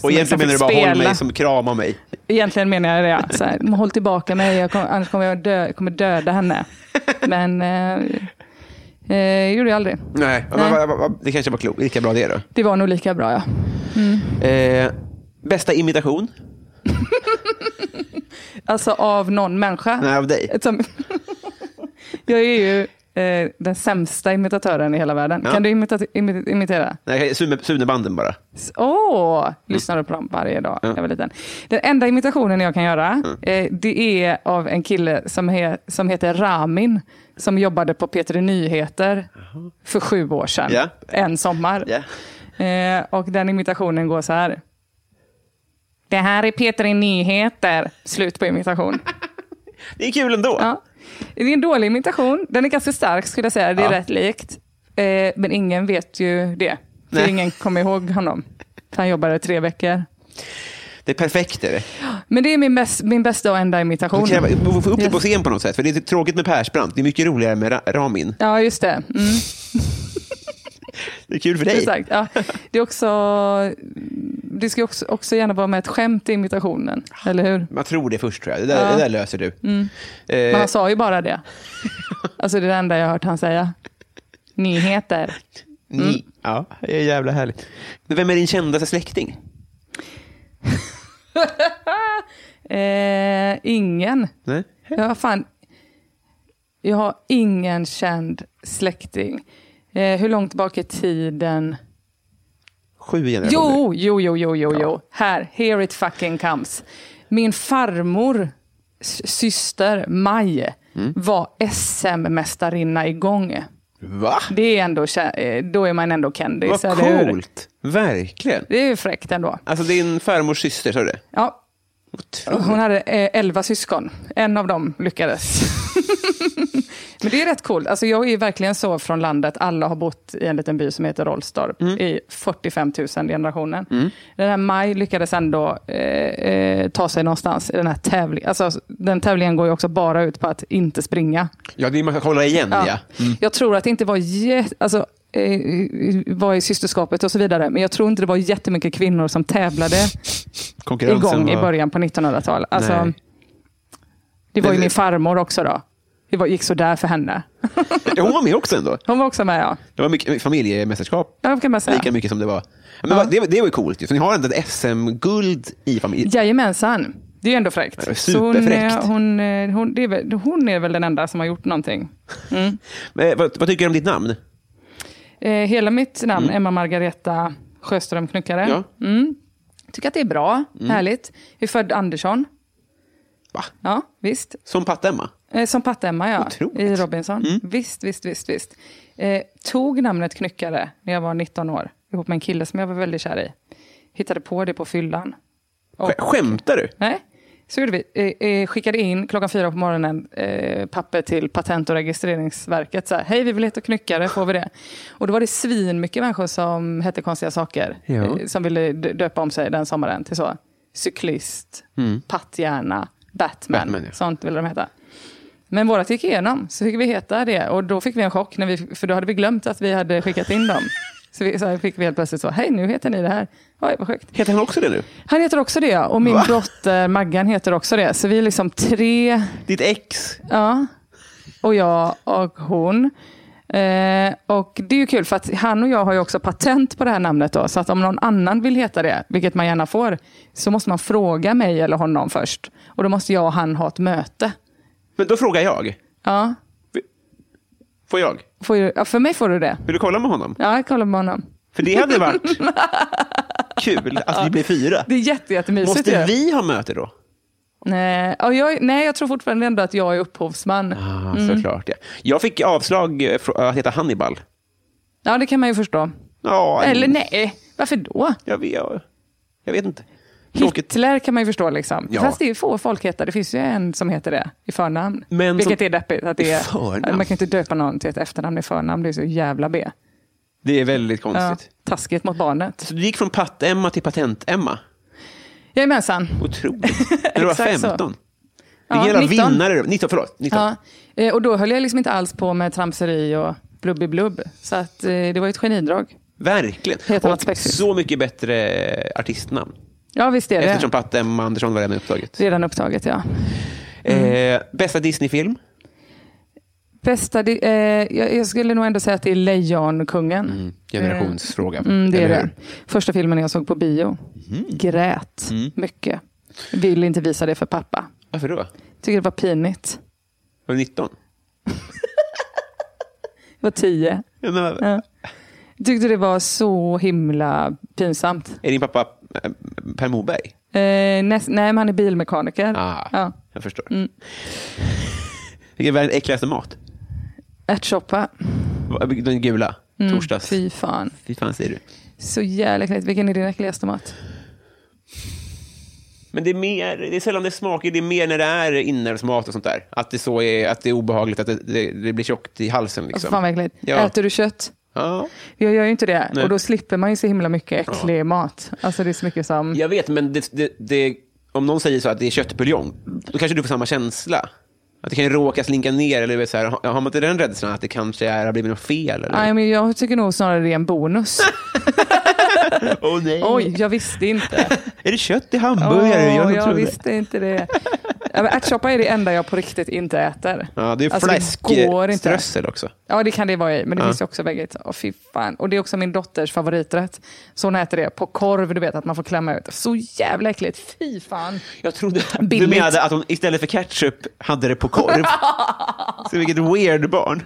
Så
Och egentligen
man
menar du
fick
bara håll
spela.
mig som kramar mig.
Egentligen menar jag det, ja. så här, "Men håll tillbaka mig, jag kommer, annars kommer jag dö, kommer döda henne. Men eh, eh, gjorde jag aldrig.
Nej,
Nej.
Men, vad- vad- det kanske var klokt. Lika bra det då.
Det var nog lika bra ja.
Eh, bästa imitation?
Alltså av någon människa.
Nej, av dig.
Ett som- jag är ju eh, den sämsta imitatören i hela världen.
Ja.
Kan du imita imi- imitera?
Nej, Sune- Sunebanden bara.
S- Åh!
Mm.
lyssnade på dem varje dag när jag var liten. Den enda imitationen jag kan göra,
Mm.
eh, det är av en kille som, he, som heter Ramin, som jobbade på P3 Nyheter för sju år sedan.
Ja.
En sommar.
Ja.
Eh, och den imitationen går så här. Det här är P3 Nyheter. Slut på imitation.
Det är kul ändå.
Ja. Det är en dålig imitation. Den är ganska stark skulle jag säga. Det är
Ja.
rätt likt. Eh, men ingen vet ju det. För
Nej.
ingen kommer ihåg honom. För Han jobbade tre veckor.
Det är perfekt. Är det.
Men det är min, bäst, min bästa och enda imitation.
Vi kräver- vi får få upp det på
Yes.
scen på något sätt. För det är lite tråkigt med Persbrandt. Det är mycket roligare med Ra- Ramin.
Ja, just det. Mm,
Det är kul för dig.
exakt. Ja. Det, är också, det ska ju också, också gärna vara med ett skämt i imitationen. Eller hur?
Man tror det först, tror jag. Det där, det där löser du.
Men
Eh,
han sa ju bara det. Alltså det är det enda jag har hört han säga. Nyheter.
ni,
mm.
ja, det är jävla härligt. Men vem är din kändaste släkting?
Eh, ingen.
Nej?
Jag har fan... Jag har ingen känd släkting. Eh, hur långt bak i tiden?
Sju generationer.
Jo, jo, jo, jo, jo, jo. Här, here it fucking comes. Min farmor s- syster Maj
Mm.
var SM-mästarinna i gång.
Va?
Det är ändå, kä- eh, då är man ändå kändis,
Vad
eller hur?
coolt. Verkligen.
Det är ju fräckt ändå.
Alltså din farmors syster, sa du det?
Ja,
Otroligt.
Hon hade eh, elva syskon. En av dem lyckades. Men det är rätt coolt. Alltså jag är ju verkligen så från landet. Alla har bott i en liten by som heter Rollstorp i 45 000 generationen. Den här Maj lyckades ändå eh, eh, ta sig någonstans i den här tävlingen. Alltså, den tävlingen går ju också bara ut på att inte springa.
Ja, det är man ska hålla igen, ja.
Jag tror att det inte var, jä- alltså, eh, var i systerskapet och så vidare, men jag tror inte det var jättemycket kvinnor som tävlade
Konkurrensen
igång i
var-
början på 1900-talet. Alltså,
Nej.
det var ju
Men-
min farmor också då. Det var, gick så där för henne.
Ja, Hon var med också ändå.
Hon var också med ja.
Det var mycket familjemästerskap.
Ja, det kan man säga.
Lika mycket som det var. Ja, Men vad- det, det var ju coolt. ju. Så ni har ändå ett SM-guld i familjen.
Jajamensan. Det är ju ändå
Ja,
fräckt. Så hon,
superfräckt.
eh, hon, eh, hon, det är väl, hon är väl den enda som har gjort någonting.
Men eh, Vad, vad tycker du om ditt namn?
Eh, hela mitt namn, Emma Margareta Sjöström Knuckare.
Mm. Ja.
Mm. Tycker att det är bra, härligt. Jag är född Andersson.
Va?
Ja, visst.
Som Patt-Emma?
Eh, Som Patt-Emma, ja.
Otroligt.
I Robinson. Visst, visst, visst. visst. Eh, tog namnet Knyckare när jag var 19 år, ihop med en kille som jag var väldigt kär i. Hittade på det på fyllan. Och-
Sk- Skämtar du?
Nej. Så gjorde vi. Eh, eh, skickade in klockan fyra på morgonen eh, papper till Patent och registreringsverket. Så här, Hej, vi vill heta Knyckare, får vi det? Och då var det svin mycket människor som hette konstiga saker. eh,
Ja.
som ville d- döpa om sig den sommaren till så. Cyklist, patthjärna, Batman.
Mm. Batman, ja.
Sånt ville de heta. Men vårat gick igenom, så fick vi heta det. Och då fick vi en chock, när vi, för då hade vi glömt att vi hade skickat in dem. Så, vi, så här fick vi helt plötsligt så, hej nu heter ni det här. Oj, vad sjukt.
Heter han också det nu?
Han heter också det ja. och min dotter Maggan heter också det. Så vi är liksom tre,
Ditt ex?
ja, och jag och hon. Eh, och det är ju kul för att han och jag har ju också patent på det här namnet då. Så att om någon annan vill heta det, vilket man gärna får, så måste man fråga mig eller honom först. Och då måste jag och han ha ett möte.
Men då frågar jag.
Ja,
Får jag?
får ju, ja för mig får du det.
Vill du kolla med honom?
Ja, jag kollar med honom.
För det hade varit kul att vi blir fyra.
Det är jätte, jättemysigt ju.
Måste vi ha möte då?
Nej, ja, jag, nej, jag tror fortfarande ändå att jag är upphovsman.
Ah,
Mm.
Såklart, ja. Jag fick avslag eh, fr- att heta Hannibal.
Ja, det kan man ju förstå.
Ja,
Eller nej, varför då?
Jag, vet- jag, jag vet inte. Tråkigt.
Hitler kan man ju förstå. Liksom.
Ja.
Fast det är ju få folk heter. Det finns ju en som heter det i förnamn.
Men
Vilket
som-
är deppigt. Att det är,
I förnamn?
Man kan ju inte döpa någon till ett efternamn i förnamn. Det är så jävla B.
Det är väldigt
Ja,
konstigt.
taskigt mot barnet.
Så du gick från Patt-Emma till Patent-Emma.
Jajamensan.
Otroligt. När du var
Exakt så.
15.
Ja,
Vilken jävla
19.
vinnare. du- 19, förlåt. 19.
Ja. Eh, Och då höll jag liksom inte alls på med tramseri och blubbi-blubb. Så att, eh, det var ju ett genidrag.
Verkligen.
Heter något
Och
spexigt.
så mycket bättre artistnamn.
Ja, visst är det.
Eftersom Patt-Emma Andersson var redan upptaget.
Redan upptaget, ja.
Eh, bästa Disney-film?
Bästa, det, eh, jag, jag skulle nog ändå säga att det är Lejonkungen.
Mm. Generationsfråga.
Mm, det är
eller
det.
hur? Mm.
Första filmen jag såg på bio. Grät mycket. Vill inte visa det för pappa.
Varför då?
Tycker det var pinigt.
Var du 19?
Jag var tio.
Ja, men vad-
Ja. Tyckte det var så himla pinsamt.
Är din pappa eh, Per Moberg?
Eh, näst, nej, men han är bilmekaniker.
Ah,
Ja. Mm.
Jag förstår. Vilken är världens äckligaste mat?
Ärtsoppa.
Den gula? Torsdags?
Mm, Fy fan.
Fy fan säger du.
Så jävla äckligt. Vilken är din äckligaste mat?
Men det är, mer, det är sällan det smakar, det är mer när det är inälvsmat och sånt där. Att det, så är, att det är obehagligt, att det, det, det blir tjockt i halsen. Liksom.
Alltså, Fan vad äckligt.
Ja.
Äter du kött?
Ja.
Jag gör ju inte det.
Nej.
Och då slipper man ju så himla mycket äcklig mat. Alltså det är så mycket som...
Jag vet, men det, det, det, om någon säger så att det är köttbuljong, då kanske du får samma känsla. Att det kan ju råka slinka ner, eller du vet så här, har har man inte den rädslan att det kanske är, har blivit något fel? Eller?
Nej, men jag tycker nog snarare det är en bonus.
Åh, nej.
Oj, jag visste inte.
Är det kött i hamburgare?
Åh,
jag
jag
trodde.
visste inte det. Ja, men Ärtsoppa är det enda jag på riktigt inte äter.
Ja, det är
Alltså, går inte.
fläskströssel också.
Ja, det kan det vara i, men det finns ju också bägge. Åh, fy fan. Och det är också min dotters favoriträtt. Så hon äter det på korv, du vet att man får klämma ut. Så jävla äckligt. Fy fan.
Jag trodde du
Billigt.
menade att hon istället för ketchup hade det på korv. Så vilket weird barn.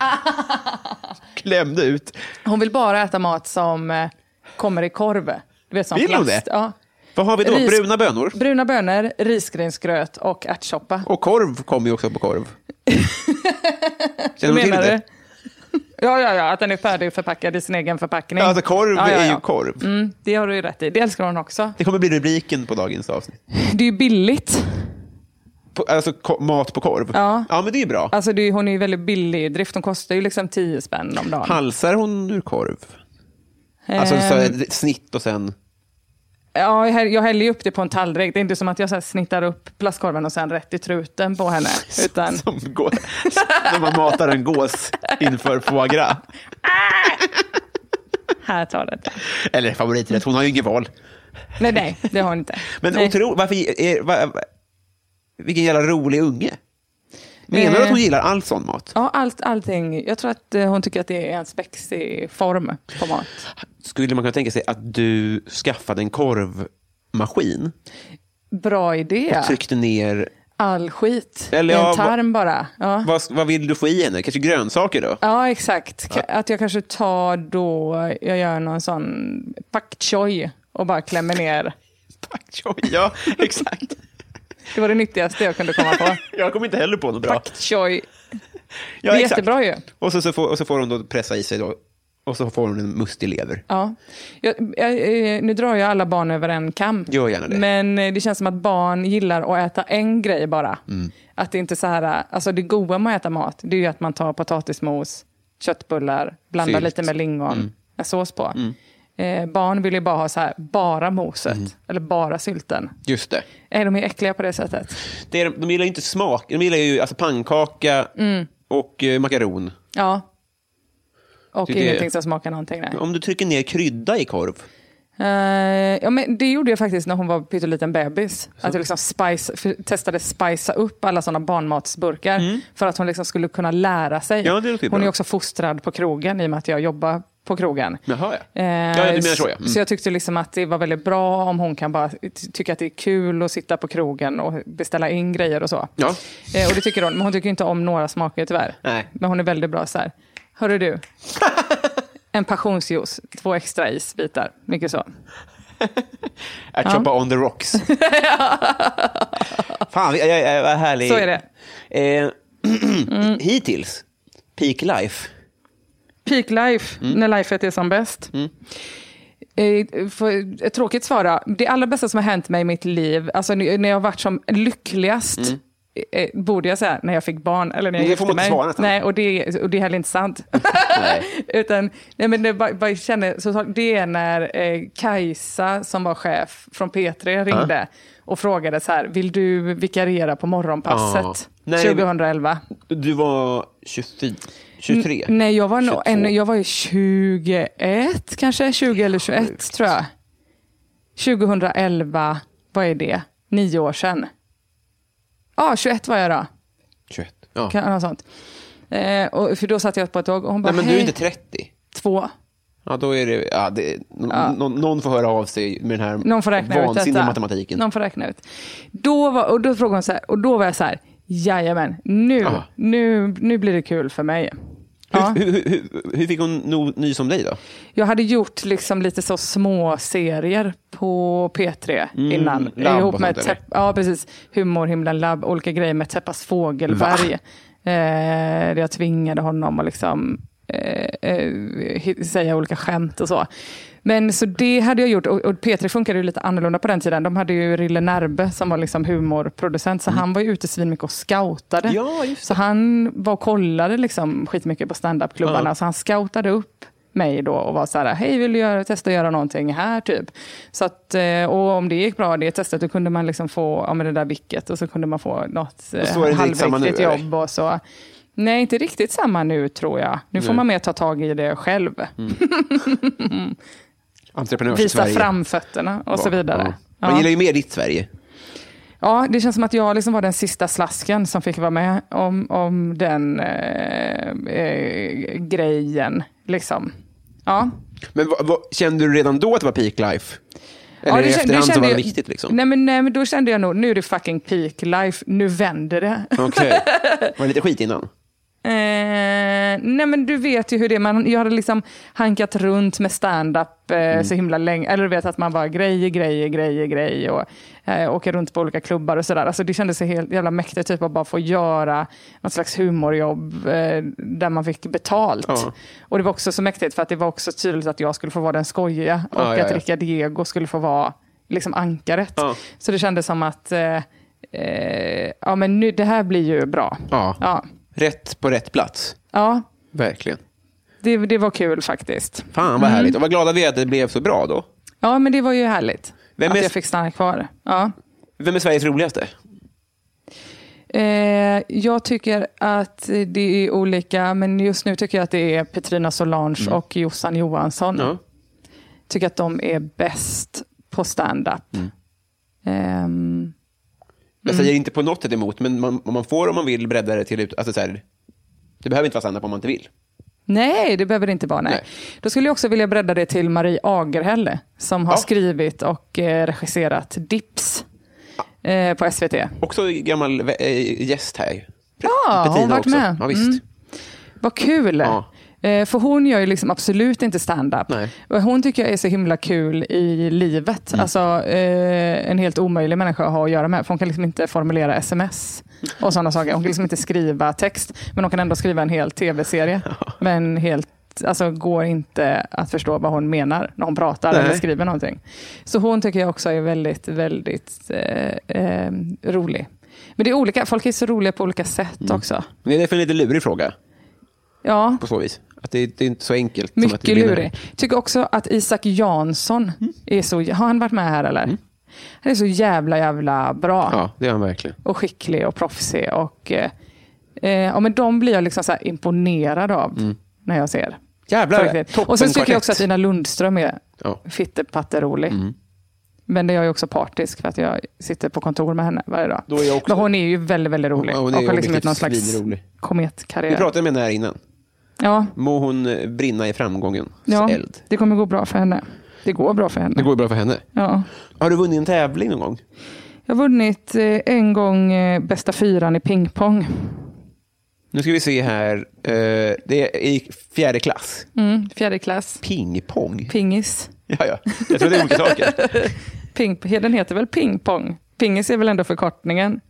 Klämde ut.
Hon vill bara äta mat som eh, kommer i korv. Du vet, som
Vill hon
plast.
det?
Ja.
Vad har vi då?
Ris-
Bruna bönor.
Bruna bönor, risgrynsgröt och ärtsoppa.
Och korv kommer ju också på korv. Känner
Hur
du till
menar du?
det?
Ja, ja, ja, att den är färdigförpackad i sin egen förpackning.
Ja, alltså korv
Ja, ja,
är
ja.
ju korv.
Mm, det har du ju rätt i. Det älskar hon också.
Det kommer bli rubriken på dagens avsnitt.
Det är ju billigt.
På, alltså ko- mat på korv.
Ja.
men det är ju bra.
Alltså det är, hon är ju väldigt billig i drift. Hon kostar ju liksom 10 spänn om dagen.
Halsar hon ur korv? Alltså så
Ehm,
ett snitt och sen...
ja, jag häll- jag häller ju upp det på en tallrik. Det är inte som att jag så här snittar upp plastkorven och sen rätt i truten på henne. Utan,
Som går, när man matar en gås inför foie gras.
här tar det.
Eller favoriträtt, hon har ju inget val.
Nej, nej, det har hon inte.
Men
nej.
otro, varför, är, va, va- vilken jävla rolig unge. Menar du
Eh.
att hon gillar all sån mat?
Ja, allt, allting. Jag tror att eh, hon tycker att det är en spexig form på mat.
Skulle man kunna tänka sig att du skaffade en korvmaskin
Bra idé.
och tryckte ner...
All skit.
Eller
I
ja,
en
vad-
tarm bara. Ja.
Vad, vad vill du få i henne? Kanske grönsaker då?
Ja, exakt. Ka- Att jag kanske tar då, jag gör någon sån pak choi och bara klämmer ner
Pak choi, ja exakt.
Det var det nyttigaste jag kunde komma på.
Jag kommer inte heller på något bra.
Pak choi.
ja,
det är
exakt.
jättebra ju.
Och så, så, får, och så får hon då pressa i sig då, och så får hon en mustig lever.
Ja. Jag, jag, eh, nu drar jag alla barn över en kam.
Gör gärna det.
Men eh, det känns som att barn gillar att äta en grej bara.
Mm.
Att det inte så här, eh, alltså det goda med att äta mat, det är ju att man tar potatismos, köttbullar, blandar
Sylt. Mm.
lite med lingon, en sås på. Eh, barn vill ju bara ha så här, bara moset,
Mm.
eller bara sylten.
Just det.
Är de är äckliga på det sättet.
det är, de gillar ju inte smak, de gillar ju alltså pannkaka
Mm.
och eh, makaron.
Ja. Och
Det är det.
ingenting som smakar någonting. Nej.
Om du trycker ner krydda i korv,
Eh, ja, men det gjorde jag faktiskt när hon var pytteliten bebis. Att jag liksom spice, för, testade spicea upp alla sådana barnmatsburkar för att hon liksom skulle kunna lära sig.
Mm. Ja, det låter ju
hon
bra.
är också fostrad på krogen i och med att jag jobbar på krogen.
Jaha, ja.
Eh,
Ja, du menar så, ja. Mm.
så jag tyckte liksom att det var väldigt bra om hon kan bara ty- tycka att det är kul att sitta på krogen och beställa in grejer och så.
Ja.
Eh, och det tycker hon, men hon tycker inte om några smaker tyvärr.
Nej.
Men hon är väldigt bra så här. Hörru du, en passionsjuice, två extra isbitar, mycket så.
ärtsoppa äh, on the rocks. Fan, jag, jag, jag, vad härlig.
Så är det. Mm.
Eh, Hittills, peak life.
Peak life,
Mm.
när lifet är som bäst. Eh, för- Ett tråkigt svar då. Det allra bästa som har hänt mig i mitt liv, alltså n- när jag har varit som lyckligast, eh, borde jag säga, när jag fick barn eller när jag
Mm. Det får
gifte
man inte
mig.
svara nästan.
nej, och det, och det är heller inte sant.
Nej.
Utan, nej men det, bara, bara känner, så, det är när eh, Kajsa som var chef från P3 ringde och frågade så här, vill du vikariera på
Ah.
morgonpasset
Nej,
2011?
Du var 24, 23?
Mm, Nej, jag var,
22.
nog en, jag var ju 21 kanske, 20 eller 21 tror jag. 2011, vad är det? Nio år sedan. Ja, 21 var jag då.
21. Ja.
Kan, något sånt. Eh, och, för då satt jag på ett tåg och hon bara,
Nej, men du är
"Hej."
inte 30.
Två.
Ja, då är det, ja, det, nå- nå- någon får höra av sig med den här
Någon får räkna ut
vansinniga
detta.
matematiken.
Någon får räkna ut. Då, var, och då frågade hon så här, och då var jag så här, jajamän, nu,
Ja.
nu, nu blir det kul för mig. Ja.
Hur, hur, hur, hur fick hon no, ny som dig då?
Jag hade gjort liksom lite så små serier på P3 innan.
labb Mm,
ihop
och
med
sånt,
Tepp- ja, precis. Humor, himlen, labb, olika grejer med Teppas Fågelberg. Eh, där jag tvingade honom att liksom, eh, eh, hi- säga olika skämt och så. Men så det hade jag gjort. Och, och P3 funkade ju lite annorlunda på den tiden. De hade ju Rille Närbe som var liksom humorproducent. Så han var ju ute svinmycket och scoutade.
Mm. Ja, just
Så han var och kollade liksom skitmycket på standupklubbarna. Så han scoutade upp mig då och var så här, hej vill du göra, testa att göra någonting här typ. Så att, eh, och om det gick bra det testet då kunde man liksom få, ja men det där vicket och så kunde man få något eh,
så är det inte riktigt samma nu,
halvviktigt
eller?
jobb och så. Nej, inte riktigt samma nu tror jag. Nu får man mer ta tag i det själv.
Mm. Entreprenörs i
Visa
Sverige.
framfötterna och så vidare.
Ja. Man gillar ju mer ditt Sverige.
Ja, det känns som att jag liksom var den sista slasken som fick vara med om, om den eh, eh, grejen. Liksom. Ja.
Men vad, vad, kände du redan då att det var peak life? Eller
ja,
i
kän-
efterhand så var det
jag-
viktigt liksom?
Nej men, nej, men då kände jag nog, nu är det fucking peak life, nu vänder det.
Okej. Var det lite skit innan?
Eh, nej men du vet ju hur det är. Man, jag hade liksom hankat runt med stand-up eh,
Mm.
så himla länge. Eller du vet att man bara grejer, grejer, grejer, grejer och eh, åker runt på olika klubbar och sådär. Alltså, det kändes så helt jävla mäktigt typ, att bara få göra något slags humorjobb eh, där man fick betalt.
Ja.
Och det var också så mäktigt för att det var också tydligt att jag skulle få vara den skojiga och
Ja, ja,
att
ja.
Rickard Diego skulle få vara liksom ankaret.
Ja.
Så det kändes som att eh, eh, ja, men nu, det här blir ju bra.
Ja.
Ja.
Rätt på rätt plats.
Ja,
Verkligen.
det, det var kul faktiskt.
Fan vad
Mm.
härligt. Och vad glada vi är att det blev så bra då.
Ja, men det var ju härligt
Vem
att
är-
jag fick stanna kvar. Ja.
Vem är Sveriges roligaste?
Eh, jag tycker att det är olika, men just nu tycker jag att det är Petrina Solange och Jossan Johansson.
Mm. Ja.
Tycker att de är bäst på stand-up.
Mm.
Ehm,
Jag
Mm.
säger inte på något sätt emot, men man, man får om man vill bredda det till... ut- Alltså, så här, det behöver inte vara standup om man inte vill.
Nej, det behöver det inte vara. Nej.
Nej.
Då skulle jag också vilja bredda det till Marie Agerhäll som har
Ja.
skrivit och eh, regisserat Dips eh, på SVT.
Också gammal vä- eh, gäst här.
Ja, hon har varit med. Mm.
Ja, visst.
Vad kul!
Ja.
Eh, för hon gör ju liksom absolut inte stand-up.
Nej. Mm.
Och Hon tycker jag är så himla kul i livet. Alltså eh, en helt omöjlig människa att ha att göra med. För hon kan liksom inte formulera sms och sådana saker. Hon kan liksom inte skriva text. Men hon kan ändå skriva en hel tv-serie. Men helt Alltså går inte att förstå vad hon menar när hon pratar
Nej.
eller skriver någonting. Så hon tycker jag också är väldigt, väldigt eh, eh, rolig. Men det är olika, folk är så roliga på olika sätt också.
Men det är därför en lite lurig fråga
Ja,
Mm. på så vis. Att det, det är inte så enkelt. som att det Mm.
mycket
blir-
lurig. Tycker också att Isak Jansson är så... Har han varit med här eller? Han är så jävla, jävla bra.
Mm. Ja, det är han verkligen.
Och skicklig och proffsig. Och, eh, eh, ja, men de blir jag liksom så här imponerad av
Mm.
när jag ser.
Jävlar,
Faktiskt. Och sen tycker jag också att
toppenkvartett.
Ina Lundström är
Ja.
fittepatterolig. Men det är jag ju också partisk för att jag sitter på kontor med henne varje dag.
Då är jag också-
Men hon är ju väldigt, väldigt rolig.
Ja, hon är
och har liksom
objektivt
gjort någon slags
svinrolig. Vi
kometkarriär.
pratade med henne här innan.
Ja,
Må hon eh, brinna i framgångens
ja,
eld.
det kommer gå bra för henne. Det går bra för henne.
Det går ju bra för henne.
Ja.
Har du vunnit en tävling någon gång?
Jag har vunnit eh, en gång eh, bästa fyran i pingpong.
Nu ska vi se här. Eh, Det är i fjärde klass.
Mm, fjärde klass.
Pingpong.
Pingis.
Ja, ja. Jag tror det är olika saker.
Ping, den heter väl pingpong? Pingis är väl ändå förkortningen?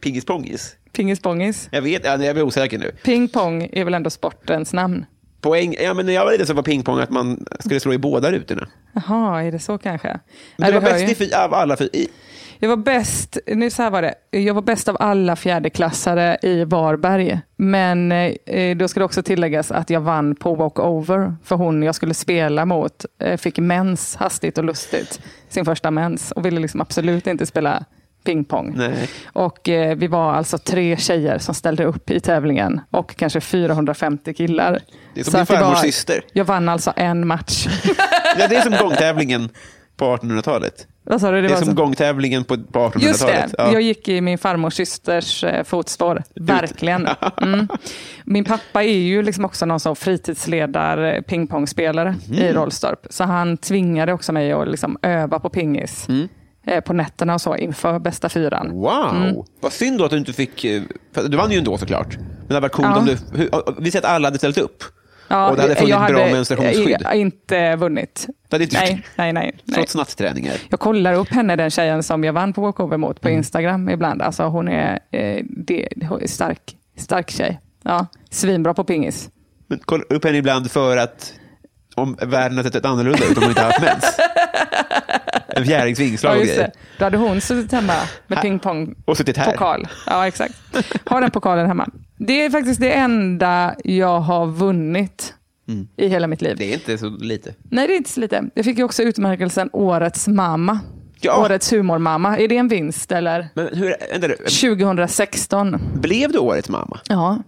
Pingispongis.
Pingispongis.
Jag vet, ja, jag blir osäker nu.
Pingpong är väl ändå sportens namn?
Poäng, ja, men när jag var liten så var pingpong att man skulle slå i båda rutorna.
Jaha, är det så kanske?
Men
Nej,
du var
hör ju.
bäst i fy, av alla fy, i,
Jag var bäst, nu så här var det, jag var bäst av alla fjärdeklassare i Varberg. Men eh, då ska det också tilläggas att jag vann på walkover. För hon jag skulle spela mot eh, fick mens hastigt och lustigt. Sin första mens och ville liksom absolut inte spela pingpong.
Nej.
Och eh, vi var alltså tre tjejer som ställde upp i tävlingen och kanske 450 killar.
Det är som
Så
din
att det
farmors
var-
syster.
Jag vann alltså en match.
Ja, det är som gångtävlingen på 1800-talet.
Vad sa du?
Det är
var alltså- så-
som gångtävlingen på, på 1800-talet.
Just det,
Ja.
jag gick i min farmors systers eh, fotspår. Verkligen. Mm. Min pappa är ju liksom också någon sån fritidsledare, pingpongspelare
Mm.
i Rollstorp. Så han tvingade också mig att liksom öva på pingis eh, på nätterna och så inför bästa fyran.
Mm. Wow!
Mm.
Vad synd då att du inte fick... eh, för Du vann ju ändå såklart. Men det hade varit coolt
Ja.
om du... hur- och- och Vi säger att alla hade ställt upp.
Ja,
och det hade funnits
jag
bra
hade,
menstruationsskydd.
eh, inte vunnit.
Det hade inte
nej,
gjort.
nej, nej, nej.
Trots natträningar.
Jag kollar upp henne, den tjejen som jag vann på walkover mot,
Mm.
på Instagram ibland. Alltså hon är, eh, det, hon är stark, stark tjej. Ja, svinbra på pingis.
Men kolla upp henne ibland för att om världen hade sett annorlunda ut om hon inte haft mens. En fjärils vingslag
Ja,
och
just det.
grejer.
Då hade hon suttit hemma med
Här.
pingpong.
Och suttit här.
Pokal. Ja, exakt. Har den pokalen hemma. Det är faktiskt det enda jag har vunnit i hela mitt liv.
Mm. Det är inte så lite.
Nej, det är inte så lite. Jag fick ju också utmärkelsen Årets mamma.
Ja.
Årets humormamma. Är det en vinst eller?
Men hur, vänta, nu.
2016.
blev du årets mamma?
Ja.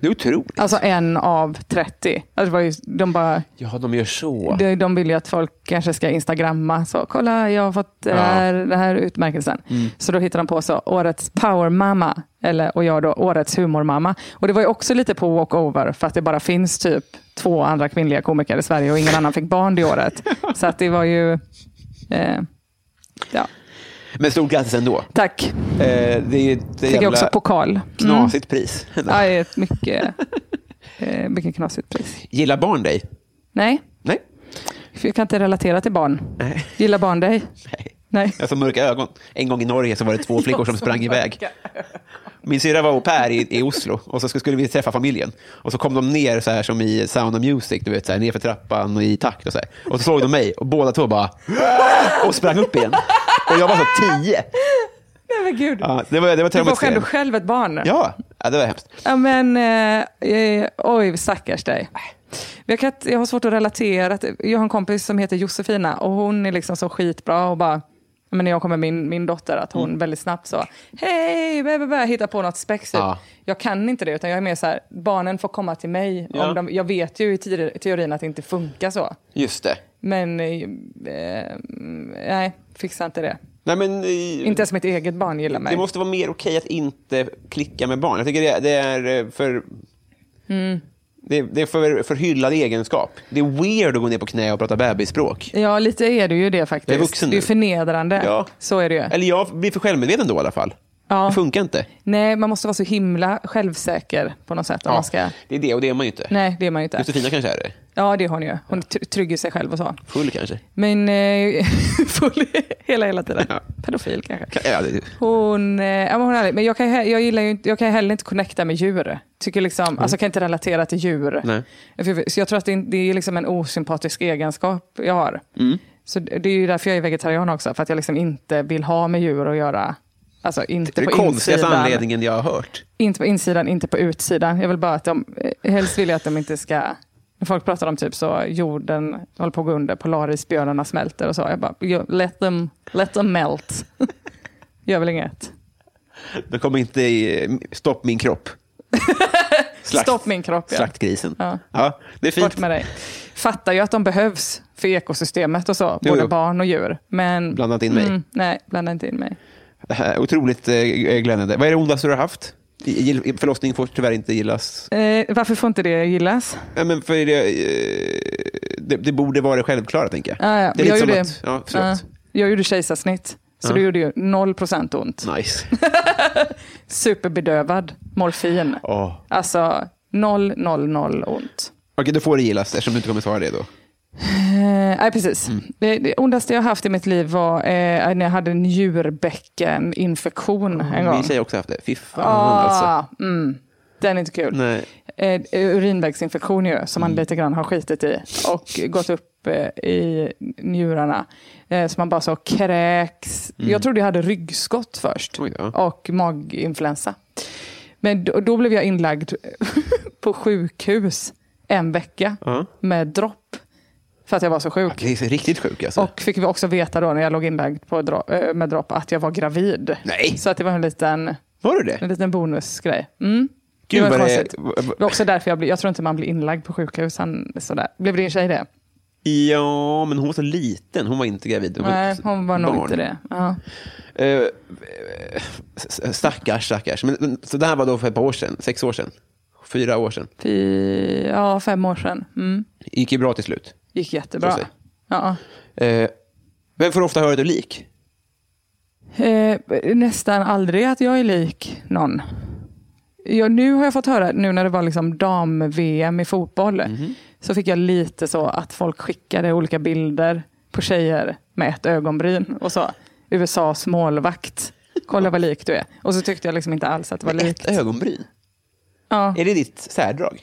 Det är otroligt.
Alltså en av 30. Alltså det var ju, de, bara,
Ja, de gör så.
de, de vill ju att folk kanske ska instagramma. Så kolla, jag har fått den här, den här utmärkelsen. Så då hittar de på så, årets powermamma. Eller, och jag då, årets humormamma. Och det var ju också lite på walkover. För att det bara finns typ två andra kvinnliga komiker i Sverige. Och ingen annan fick barn det året. Så att det var ju... Eh, ja.
Men stort grattis ändå.
Tack.
Eh, det är ju ett
Fick jag också
jävla
pokal. Mm.
knasigt pris.
Ja, det är ett mycket, eh, mycket knasigt pris.
Gillar barn dig?
Nej,
Nej.
För jag kan inte relatera till barn.
Nej.
Gillar barn dig?
Nej.
Nej.
Jag får mörka ögon. En gång i Norge så var det två flickor som sprang iväg. Min syrra var au pair i, i Oslo och så skulle vi träffa familjen. Och så kom de ner så här som i Sound of Music, du vet, så här, ner för trappan och i takt och så här. Och så såg de mig och båda två bara och sprang upp igen. Och jag var så tio.
Nej men gud.
Ja, det var, det var
du var ändå
traumatiserande.
själv ett barn.
Ja, ja, det var hemskt.
Ja, men, eh, eh, oj, stackars dig. Jag, kan, inte- jag har svårt att relatera. till- Jag har en kompis som heter Josefina och hon är liksom så skitbra och bara ja, men när jag kommer med min, min dotter att hon
Mm.
väldigt snabbt så hej, bä, bä, bä, hittar på något spex. Typ.
Ja.
Jag kan inte det utan jag är mer så här, barnen får komma till mig.
Ja.
Om de, jag vet ju i te- teorin att det inte funkar så.
Just det.
Men eh, eh, nej, fixar inte det.
Nej, men, eh,
Inte ens mitt eget barn gillar mig.
Det måste vara mer okej att inte klicka med barn. Jag tycker det, det är eh, för...
Mm.
Det, det är för, för hyllad egenskap. Det är weird att gå ner på knä och prata bebisspråk.
Ja, lite är det ju det faktiskt.
Jag är vuxen
det är
nu.
förnedrande.
Ja.
Så är det ju.
Eller jag blir för självmedveten då i alla fall.
Ja.
Det funkar inte.
Nej, man måste vara så himla självsäker på något sätt. Om man ska...
Det är det, och det är man ju inte.
Nej, det är man ju inte.
Josefina kanske är det.
Ja, det har hon ju. Hon är tr- trygg i sig själv och så.
Full kanske.
Men eh, full hela, hela tiden.
Ja.
Pedofil kanske.
Ja, det,
Hon, eh, ja, men hon är ärlig. Men jag kan, he- jag, gillar ju inte, jag kan heller inte connecta med djur. Tycker liksom, alltså, jag kan inte relatera till djur.
Nej.
För- Så jag tror att det, är- det är liksom en osympatisk egenskap jag har.
Mm.
Så det det är ju därför jag är vegetarian också. För att jag liksom inte vill ha med djur att göra. Alltså
det
inte
är den
på
konstigaste
insidan.
anledningen jag har hört.
Inte på insidan, inte på utsidan. Jag vill bara att de, eh, helst vill jag att de inte ska... När folk pratar om typ så jorden håller på att gå under, polarisbjörnarna smälter och så. Jag bara, "You- let them, let them melt. Gör väl inget.
Det kommer inte i, stopp min kropp. Slakt.
Stopp min kropp. Ja.
Slaktgrisen.
Ja.
Ja, det är fint.
Bort med dig. Fattar ju att de behövs för ekosystemet och så,
Jo,
både
jo.
barn och djur. Men, Mm,
Blanda inte in mig.
nej, blanda inte in mig.
Det här är Otroligt eh, glädjande. Vad är det ondaste du har haft? I- i- Förlossning får tyvärr inte gillas.
Eh, varför får inte det gillas?
Ja, men för det, eh, det, det borde vara det självklara, tänker jag.
Ah, ja.
Det är
jag,
lite som
gjorde,
att... Ja, förlåt.
ja, jag gjorde kejsarsnitt, så
Ja.
det gjorde ju 0% ont.
Nice.
superbedövad morfin.
Åh.
Alltså noll, noll, noll ont.
Okej, då får det gillas eftersom du inte kommer svara det då.
Eh, nej, precis.
Mm.
Det, det ondaste jag haft i mitt liv var eh, när jag hade en njurbäckeninfektion en gång.
Min tjej har också haft det. Fy fan alltså.
Ah, mm. Den är inte kul.
Nej.
Eh, urinvägsinfektion ju, som
Mm.
man lite grann har skitit i och gått upp eh, i njurarna. Eh, så man bara så kräks. Jag trodde jag hade ryggskott först
Mm. Oj då.
och maginfluensa. Men då, då blev jag inlagd på sjukhus en vecka
Ja.
med dropp för att jag var så sjuk.
Det är så riktigt sjuk alltså.
Och fick vi också veta då när jag låg inlagd på dro- eh, med dropp att jag var gravid.
Nej.
Så att det var en liten,
Var du
en
det?
liten bonusgrej. Mm.
Gud,
det var
vad det-
konstigt. Det var också därför jag blev, jag tror inte man blir inlagd på sjukhus. Han, sådär. Blev din tjej det?
Ja, men hon var så liten. Hon var inte gravid. Hon
Nej, hon var nog
barn.
inte det. Ja.
Eh, s- stackars, stackars. Men, men, så det här var då för ett par år sedan? Sex år sedan? Fyra år sedan?
Fy, ja, fem år sedan. Mm.
gick ju bra till slut.
Gick jättebra.
Så säg.
Ja.
Eh, vem får ofta höra att du är lik?
Eh, nästan aldrig att jag är lik någon. Ja, nu har jag fått höra, nu när det var liksom dam-VM i fotboll,
Mhm.
så fick jag lite så att folk skickade olika bilder på tjejer med ett ögonbryn och så. USAs målvakt. Kolla vad lik du är. Och så tyckte jag liksom inte alls att det var likt.
Ett ögonbryn?
Ja.
Är det ditt särdrag?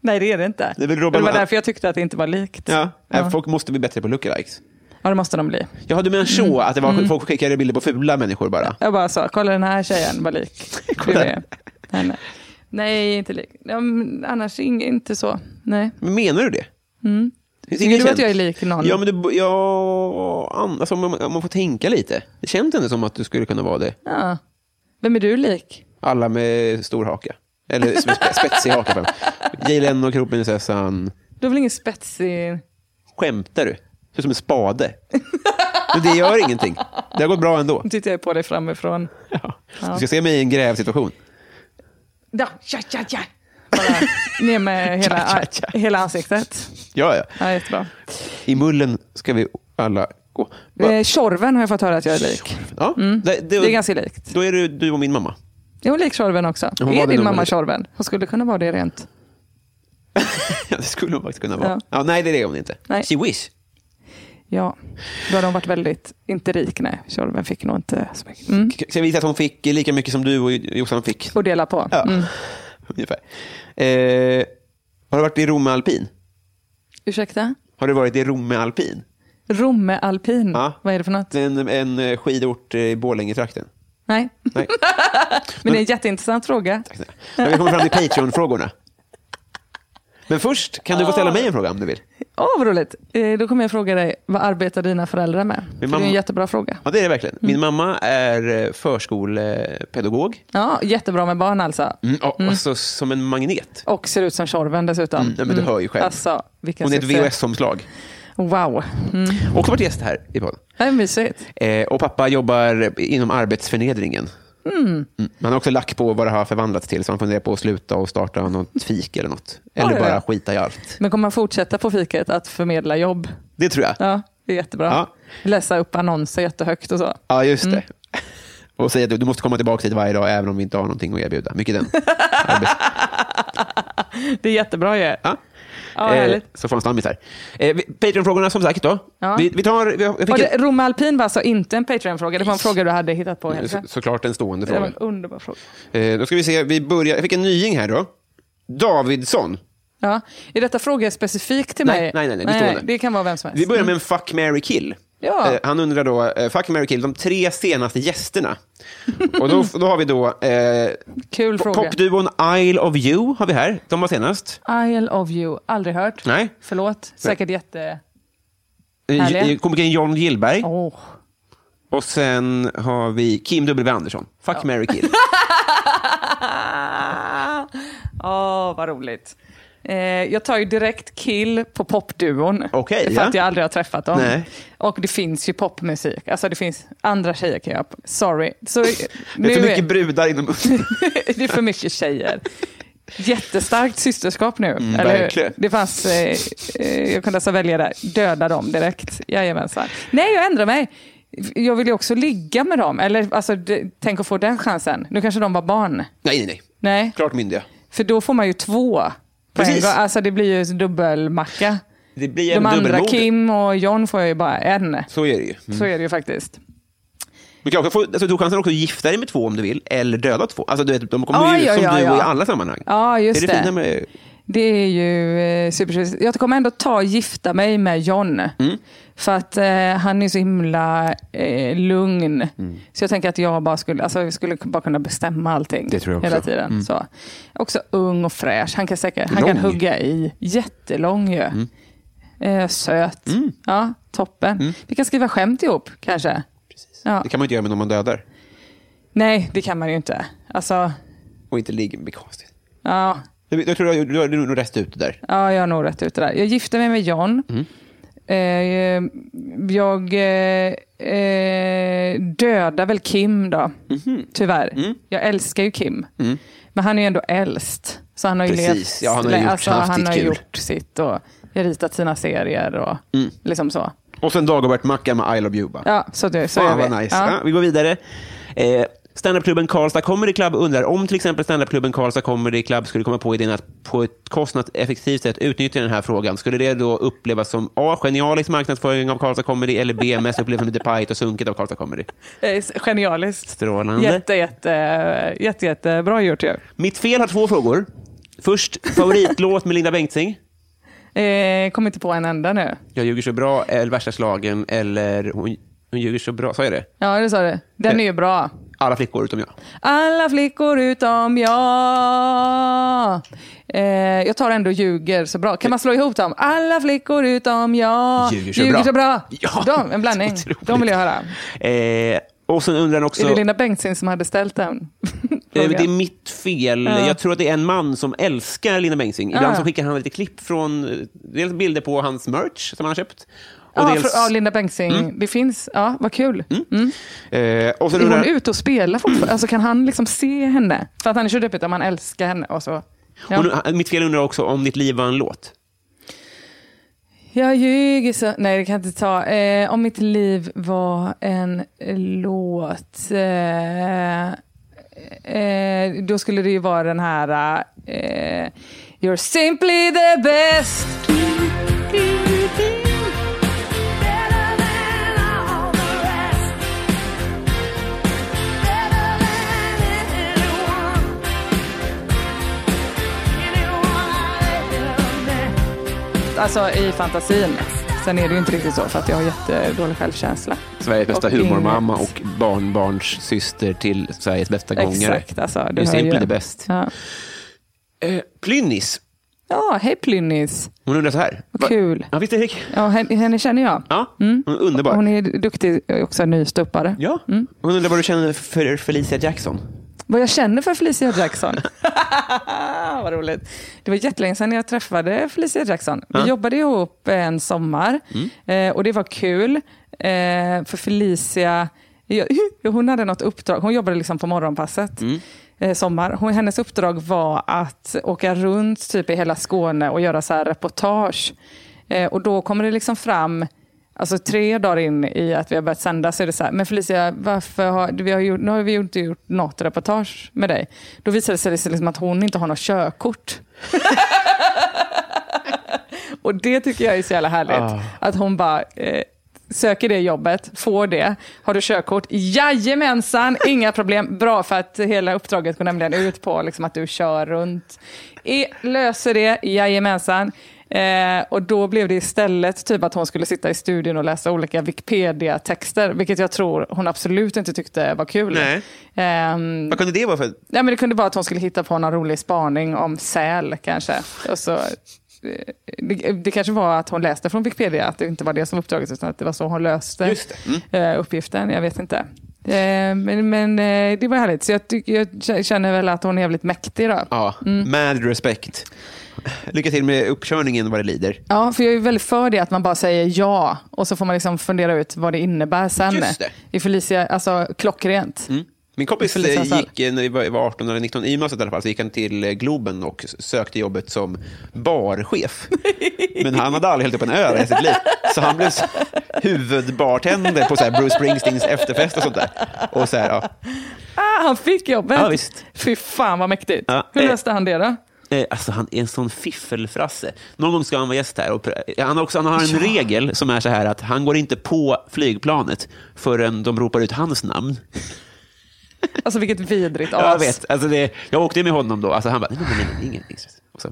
Nej, det är det inte.
Det är väl Robin-
det var därför jag tyckte att det inte var likt.
ja.
ja.
Eh, Folk måste bli bättre på lookalikes.
Ja, det måste de bli.
Jaha, du menar så
Mm.
att det var, folk skickade bilder på fula människor bara?
Jag bara sa, kolla den här tjejen var lik.
Kolla.
Du är henne. Nej, inte lik. Ja, men annars ing- inte så. Nej.
Men menar du det? Finns
Tycker
ingen
Mm. du
känd-
att jag är lik någon?
Ja, men du, ja, an- alltså, om, man, om man får tänka lite. Det känns ändå som att du skulle kunna vara det.
Ja. Vem är du lik?
Alla med stor haka. Eller som är spe- spetsig haka. på dem. Jay Leno, kronprinsessan.
Du har väl ingen spetsig...
Skämtar du? Ser ut som en spade. Men det gör ingenting. Det har gått bra ändå.
Nu tittar jag på dig framifrån.
Ja. Du ska se mig i en grävsituation.
Da, ja, ja, ja. Bara ner med hela,
Ja, ja, ja.
hela ansiktet.
Ja, ja.
Ja, jättebra.
I mullen ska vi alla gå. Va?
Eh, Tjorven har jag fått höra att jag är lik.
Ja, det, det,
Det är ganska likt.
Då är du, du och min mamma.
Jag är lik Tjorven också.
Hon var
är
det
din
nog
mamma
lite.
Tjorven? Hon skulle kunna vara det rent.
Ja, det skulle hon faktiskt kunna vara. Ja.
Ja.
nej, det är det hon inte.
Nej.
She wish.
Ja, då hade hon varit väldigt, inte rik, nej. Tjorven fick nog inte så mycket. Mm.
Ska jag visa att hon fick lika mycket som du och Jossan fick?
Och dela på.
Ja,
Mm.
ungefär. Eh, har du varit i Romme alpin?
Ursäkta?
Har du varit i Romme alpin?
Romme alpin,
Ja.
vad är det för något?
En, en eh, skidort eh, i Borlängetrakten.
Nej.
Nej.
Men det är en jätteintressant fråga.
Men vi kommer fram till Patreon-frågorna. Men först kan du få ställa mig en fråga om du vill.
Åh, vad roligt. Eh, Då kommer jag fråga dig, vad arbetar dina föräldrar med? För Det
mamma-
är en jättebra fråga.
Ja, det är det verkligen.
Mm.
Min mamma är eh, förskolepedagog.
Ja, jättebra med barn alltså.
Mm, ja, Alltså, som en magnet.
Och ser ut som Tjorven dessutom.
Mm, ja, men du hör ju själv.
Alltså, vilken
Hon är ett
succé.
VHS-omslag.
Wow. Mm.
Också varit gäst här i podden.
Det är mysigt.
Eh, och pappa jobbar inom arbetsförnedringen. Mm. Man har också lack på vad det har förvandlats till, så man funderar på att sluta och starta något fik eller något. Eller
Oj, oj, oj.
bara skita i allt.
Men kommer man fortsätta på fiket att förmedla jobb?
Det tror jag. Ja,
Ja, det är jättebra.
Ja.
Läsa upp annonser jättehögt och så.
just det. Och säga att du måste komma tillbaka hit varje dag även om vi inte har någonting att erbjuda. Mycket den. Arbets-
Det är jättebra ju.
ja.
Ja, härligt.
Eh, så får han stammis här. Eh, vi- Patreon-frågorna som sagt då.
Ja.
Vi, vi tar... Vi, har- jag
Och
fick
det, Roma Alpin var alltså inte en Patreon-fråga, det var en fråga du hade hittat på.
en,
Helge.
så, såklart en stående
Det var
fråga.
en underbar fråga.
Eh, då ska vi se, vi börjar... Jag fick en nying här då. Davidsson.
Ja. Är detta frågor specifikt till
Nej,
mig?
nej, nej, nej, det står det.
Det kan vara vem som helst.
Vi börjar med en fuck, Mary kill.
Mm. Ja.
Eh, han undrar då, eh, fuck, Mary kill, de tre senaste gästerna. Och då, då har vi då eh,
Kul fråga.
popduon Isle of You, har vi här. De var senast.
Isle of you, aldrig hört.
Nej.
Förlåt, säkert jätte...
Eh,
Härliga.
eh, Komikern John Gillberg.
Åh.
Och sen har vi Kim W. Andersson. Fuck, Mary kill.
Åh, vad roligt. Eh, jag tar ju direkt kill på popduon.
Okej,
för
ja.
att jag aldrig har träffat dem.
Nej.
Och det finns ju popmusik. Alltså det finns andra tjejer kan jag... Sorry. Så,
Det är för
nu
mycket brudar inom...
det är för mycket tjejer. Jättestarkt systerskap nu. eller hur?
Mm, verkligen.
Det fanns, eh, eh, jag kunde alltså välja där, döda dem direkt. Jajamensan. Nej, jag ändrar mig. Jag vill ju också ligga med dem. Eller, alltså, det, tänk att få den chansen. Nu kanske de var barn.
nej, nej, nej.
Nej,
Klart myndiga.
för då får man ju två. på en
Precis.
gång. Alltså, det blir ju dubbelmacka.
Det blir en
De andra,
dubbelmord. Mm.
Kim och John, får jag ju bara en.
Så är det ju.
Så är det ju faktiskt.
Du, kan också få, alltså, du har chansen också att gifta dig med två om du vill, eller döda två. Alltså, du vet, de kommer
Oj,
ju ut som
oj, oj,
du
oj.
i alla sammanhang.
Ja,
det.
just
Är det
det.
fina med...
Det är ju eh, supertrevligt. Jag kommer ändå ta och gifta mig med John.
Mm.
För att eh, han är så himla eh, lugn.
Mm.
Så jag tänker att jag bara skulle, alltså, jag skulle bara kunna bestämma allting.
Det tror jag
Hela
också. Mm.
tiden. Så. Också ung och fräsch. Han kan, säkert, han
Lång. Mm.
kan hugga i. Jättelång ju. Eh, söt. Ja, toppen.
Mm.
Vi kan skriva skämt ihop kanske. Ja.
Det kan man ju inte göra med någon man dödar.
Nej, det kan man ju inte. Alltså,
Och inte ligger med konstigt.
ja.
Du- Jag tror du har nog rätt ut där.
Ja, jag har nog rätt ute där. Jag gifte mig med John.
Mm.
Eh, jag eh, eh, dödar väl Kim då,
Mhm.
tyvärr.
Mm.
Jag älskar ju Kim. Men han är ju ändå äldst. Så han har ju
Precis.
levt,
Ja, han har ju gjort-
alltså,
haft
han
sitt
har
kul.
gjort sitt och ritat sina serier och
Mm.
liksom så.
Och sen Dagobert-macka med I love you. Bara.
Ja, så, det, så gör
Fan
vi.
vad nice.
Ja.
Ja, vi går vidare. Eh, Standupklubben Karlstad Comedy Club undrar om till exempel standupklubben Karlstad Comedy Club skulle komma på idén att på ett kostnadseffektivt sätt utnyttja den här frågan. Skulle det då upplevas som A. Genialisk marknadsföring av Karlstad Comedy eller B. Mest upplevs som lite pajigt och sunkigt av Karlstad Comedy?
Eh, Genialiskt.
Strålande.
Jätte, jätte, jätte, jätte bra gjort ju.
Mitt fel har två frågor. Först, favoritlåt med Linda Bengtzing.
Eh, kom inte på en enda nu.
Jag ljuger så bra, eller värsta slagen, eller hon, hon ljuger så bra. Sa jag det?
Ja, det sa du.
Eh.
Den är ju bra.
Alla flickor utom jag.
Alla flickor utom jag. Eh, jag tar ändå ljuger så bra. Kan man slå ihop dem? Alla flickor utom jag.
Ljuger så bra.
så bra.
Ja,
De, en blandning.
otroligt.
De vill jag höra.
Eh, och sen undrar han också...
Är det Linda Bengtzing som hade ställt den?
Eh,
frågan?
Det är mitt fel. Jag tror att det är en man som älskar Linda Bengtzing. Ibland
Ja.
så skickar han lite klipp från eh, dels bilder på hans merch som han har köpt. Och
ja,
dels... Mm.
för, ja, Linda Bengtzing. Det finns. Ja, vad kul.
eh, och sen
Är hon
undrar,
ute och spelar fortfarande? Alltså, kan han liksom se henne? För att han är så deppig, man älskar henne. Och så. Ja.
och nu- han- mitt fel undrar också om ditt liv var en låt.
Jag ljuger så... Nej, det kan jag inte ta. Eh, om mitt liv var en låt. Eh, eh, då skulle det ju vara den här... Eh, You're simply the best. Alltså i fantasin. Sen är det ju inte riktigt så för att jag har jättedålig självkänsla.
Sveriges bästa
Och
humormamma
inget.
och barnbarns syster till Sveriges bästa gångare.
Exakt. Alltså,
Det är
hör
simply
ju.
the best.
Ja,
Eh, Plynnis,
ja hej Plynnis.
hon undrar så här.
Vad
Va-
kul.
Ja, visst Erik?
Ja, henne, henne känner jag.
Ja, hon är underbar.
Hon är Mm. duktig och också en nystuppare.
Ja. Hon undrar vad du känner för Felicia Jackson.
Vad jag känner för Felicia Jackson. Vad roligt. Det var jättelänge sedan jag träffade Felicia Jackson. Vi jobbade ihop en sommar eh, och det var kul. Eh, För Felicia, jag- hon hade något uppdrag. Hon jobbade liksom på morgonpasset. eh, Sommar. Hon, hennes uppdrag var att åka runt typ i hela Skåne och göra så här reportage. Eh, Och då kommer det liksom fram Alltså tre dagar in i att vi har börjat sända så är det så här, men Felicia, varför har, vi har gjort, nu har vi ju inte gjort något reportage med dig. Då visade det sig liksom att hon inte har något körkort. Och det tycker jag är så jävla härligt. Att hon bara eh, söker det jobbet, får det. Har du körkort? Jajamensan, inga problem. Bra för att hela uppdraget går nämligen ut på liksom, att du kör runt. E, löser det, jajamensan. Eh, och då blev det istället typ att hon skulle sitta i studion och läsa olika Wikipedia-texter, vilket jag tror hon absolut inte tyckte var kul.
Nej.
Ehm,
Vad kunde det vara för...
Nej, men det kunde vara att hon skulle hitta på någon rolig spaning om säl kanske. Och så, eh, det, det kanske var att hon läste från Wikipedia, att det inte var det som uppdraget utan att det var så hon löste
Just Mm.
eh, uppgiften. Jag vet inte. Eh, Men, men eh, det var härligt. Så jag, tycker- jag k- känner väl att hon är jävligt mäktig. Då.
Ja,
Mm.
mad respect. Lycka till med uppkörningen vad det lider.
Ja, för jag är väldigt för det att man bara säger ja och så får man liksom fundera ut vad det innebär sen.
Just det. Mm.
I Felicia, alltså klockrent.
Min kompis
Vi får lite
eh,
snäll.
gick, eh, när vi var jag var 18 eller 19, i gymnasiet i alla fall, så gick han till eh, Globen och s- sökte jobbet som barchef. Men han hade aldrig hällt upp en öl i sitt liv. Så han blev s- huvudbartender på så här Bruce Springsteens efterfest och sånt där. Och så här, ja.
Ah, han fick jobbet!
Ja, visst.
Fy fan vad mäktigt.
Ja,
Hur
eh.
löste han det då?
Eh, Alltså han är en sån fiffelfrasse. Någon gång ska han vara gäst här. Och pr- eh, han, har också, han har en regel som är så här att han går inte på flygplanet förrän de ropar ut hans namn.
Alltså vilket vidrigt as.
Ja, jag vet. Alltså det, jag åkte med honom då. Alltså han bara, nej, nej, nej, nej, ingenting. Och så,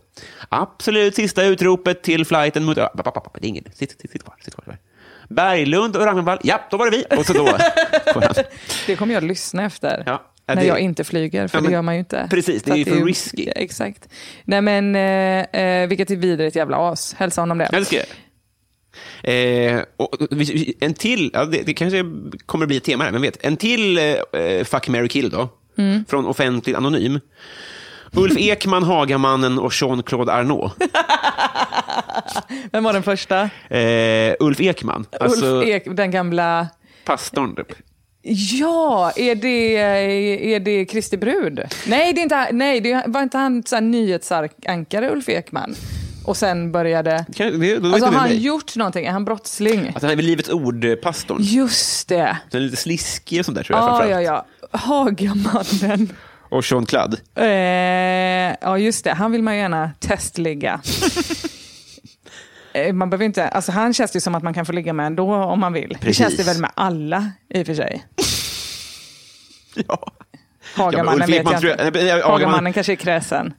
absolut sista utropet till flighten mot... Ja, pappa, pappa, pappa, det är ingen. Sitt, sitt, sitt kvar. Sitt kvar. Berglund och Ragnvall. Ja, då var det vi. Och så då. går han.
Det kommer jag att lyssna efter.
Ja,
när
det-
jag inte flyger, för
Ja, men-
det gör man ju inte.
precis, det är
att
ju för risky.
Exakt. Nej men, eh, eh, vilket är vidrigt jävla as. Hälsa honom det.
Ja, det ska jag göra. Eh, och vi- vi- en till, ja, det, det kanske kommer bli ett tema här, vem vet. En till eh, eh, Fuck, Mary kill då, från Offentligt Anonym. Ulf Ekman, Hagamannen och Jean-Claude Arnault.
Vem var den första?
Eh, Ulf Ekman, alltså
Ulf Ek, den gamla...
pastorn. typ.
Ja, är det, eh, är det Kristi brud? Nej, det, är inte, han- nej, det var inte han så här, nyhetsankare Ulf Ekman? Och sen började...
Kan- det- då vet
Alltså
du
har
vem
han
det är.
gjort någonting? Är han brottsling?
Att han är väl Livets Ord-pastorn.
Just det!
Den är lite sliskig och sånt där, tror jag.
Ja,
framförallt.
ja, ja. Hagamannen.
Och Jean-Claude.
Eh, ja, just det. Han vill man ju gärna testligga. Eh, Man behöver inte, alltså han känns det ju som att man kan få ligga med ändå om man vill. Det
Precis.
känns det väl med alla i och för sig.
Ja.
Hagamannen
Ulf
vet
Ekman
jag
tror jag-
inte.
nej, nej, Hagamannen-
Hagamannen kanske är kräsen.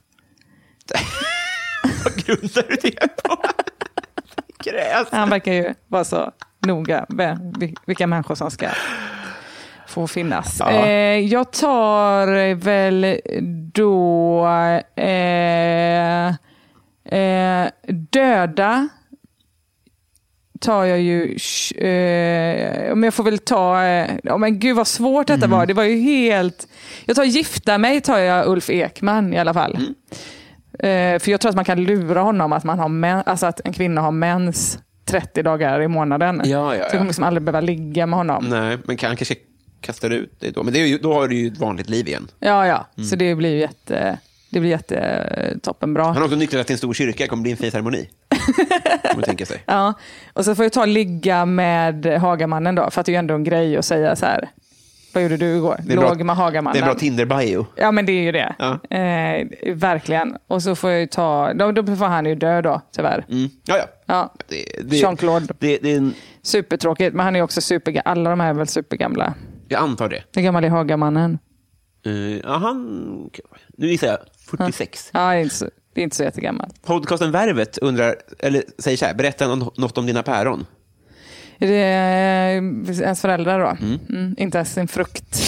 Vad grundar du det på? Gräs.
Han verkar ju vara så noga med vil- vilka människor som ska få finnas.
Ja.
Eh, jag tar väl då eh, eh, döda tar jag ju... sh- Eh, men jag får väl ta... Eh, oh, men gud vad svårt detta
Mm.
var. Det var ju helt... Jag tar Gifta mig tar jag Ulf Ekman i alla fall.
Mm.
Eh, för jag tror att man kan lura honom att, man har men, alltså att en kvinna har mens 30 dagar i månaden.
Ja, ja,
Så jag kommer
ja.
liksom aldrig behöva ligga med honom.
Nej, men kan kanske kastar ut det då. Men det är ju, då har du ju ett vanligt liv igen.
Ja, ja.
Mm.
Så det blir ju jätte... Det blir jätte eh, toppenbra.
Han har också nycklat till en stor kyrka, det kommer bli en fin ceremoni. Kan man tänka sig.
Ja, och så får jag ta och ligga med Hagamannen då, för att det är ju ändå en grej att säga så här. Vad gjorde du igår?
är
Låg med
Det är
Hagamannen.
en bra Tinder-bio.
ja, men det är ju det.
Ja.
Eh, verkligen. Och så får jag ju ta, då, då får han ju dö då, tyvärr.
Mm. Ja, ja.
Ja.
Det- det-
Jean-Claude.
Det, det är en,
Supertråkigt, men han är ju också supergammal. Alla de här är väl supergamla.
jag antar det.
Hur gammal är Hagamannen?
Eh, ja, han, nu gissar jag 46.
Ja, det är inte så, det är inte så jättegammalt.
Podcasten Värvet undrar, eller säger så här, berätta nå- något om dina päron.
Är det eh, ens föräldrar då? Mm, inte ens sin frukt.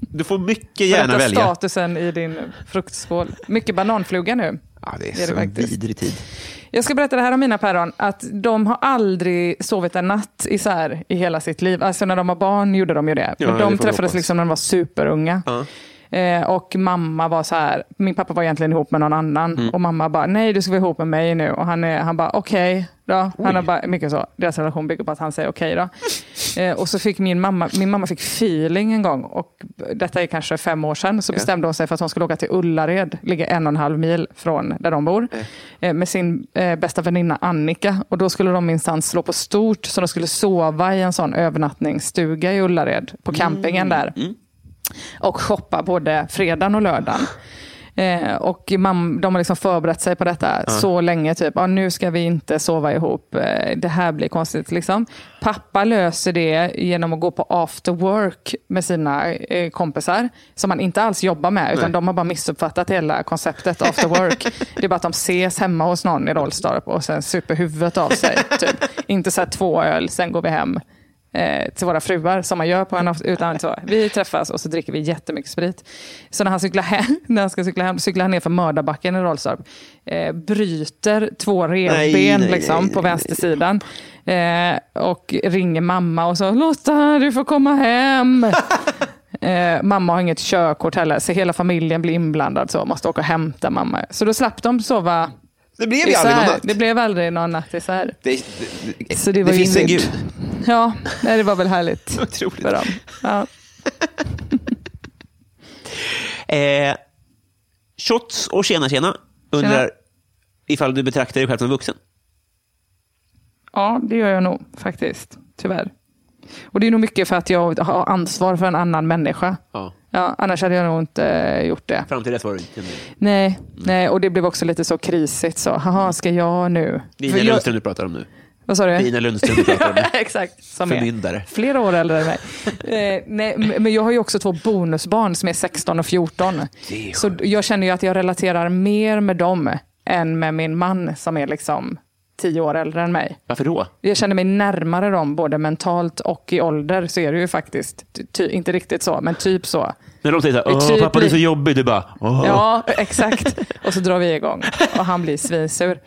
Du får mycket gärna
Berätta
välja.
statusen i din fruktskål. Mycket bananfluga nu.
Ja, det är,
det
så
faktiskt.
vidrig tid.
Jag ska berätta det här om mina päron, att de har aldrig sovit en natt isär i hela sitt liv. Alltså när de var barn gjorde de ju det.
Ja,
Men
det får
de
vi
träffades
hoppas.
liksom när de var superunga. Eh, och mamma var så här, min pappa var egentligen ihop med någon annan.
Mm.
Och mamma bara, nej du ska vara ihop med mig nu. Och han, är, han bara, okej då. Han har bara, mycket så. Deras relation bygger på att han säger okej då. Eh, och så fick min mamma, min mamma fick feeling en gång. Och detta är kanske fem år sedan. Så bestämde hon sig för att hon skulle åka till Ullared. Ligger en och en halv mil från där de bor. Eh, med sin eh, bästa väninna Annika. Och då skulle de minsann slå på stort. Så de skulle sova i en sån övernattningsstuga i Ullared. På campingen där och shoppa både fredagen och lördagen. Eh, och mam, de har liksom förberett sig på detta så länge. Typ, ah, nu ska vi inte sova ihop. Eh, det här blir konstigt. Liksom. Pappa löser det genom att gå på after work med sina eh, kompisar. Som han inte alls jobbar med. Utan de har bara missuppfattat hela konceptet after work. det är bara att de ses hemma hos någon i Rolstorp och sen super huvudet av sig. Typ. Inte så här två öl, sen går vi hem eh, till våra fruar som man gör på en after, utan så. Vi träffas och så dricker vi jättemycket sprit. Så när han cyklar hem, när han ska cykla hem, cyklar han ner för mördarbacken i Rolfstorp. Eh, bryter två
Nej,
revben
nej,
liksom,
nej,
på
nej.
vänstersidan. Eh, och ringer mamma och så, Lotta du får komma hem. Eh, mamma har inget körkort heller, så hela familjen blir inblandad. så Måste åka och hämta mamma. Så då slapp de sova
Det blev ju aldrig någon
isär.
natt.
Det blev aldrig någon natt isär.
Det, det, det,
Så det var ju
finns en
grymt.
gud.
Ja, nej, det var väl härligt
Otroligt.
för dem. Ja.
Eh, shots och tjena tjena undrar
Tjena.
ifall du betraktar dig själv som vuxen.
ja, det gör jag nog faktiskt. Tyvärr. Och det är nog mycket för att jag har ansvar för en annan människa.
Ja.
Ja, annars hade jag nog inte eh, gjort det.
Fram till dess var du inte det.
Nej,
Mm.
nej, och det blev också lite så krisigt. Så, haha, ska jag nu?
Lina
För jag,
Lundström du pratar om nu.
vad sa du?
Lina Lundström du pratar om nu.
Exakt. Som
Förmyndare.
Är flera år äldre än mig. Eh, nej, m- men jag har ju också två bonusbarn som är 16 och 14.
Det är
Så d- jag känner ju att jag relaterar mer med dem än med min man som är liksom 10 år äldre än mig.
Varför då?
Jag känner mig närmare dem både mentalt och i ålder så är det ju faktiskt, ty- ty, inte riktigt så, men typ så.
När de säger så här,
Det är
Åh,
typ
pappa du är så
li-
jobbig, du bara, Åh.
Ja, exakt. Och så drar vi igång och han blir svinsur.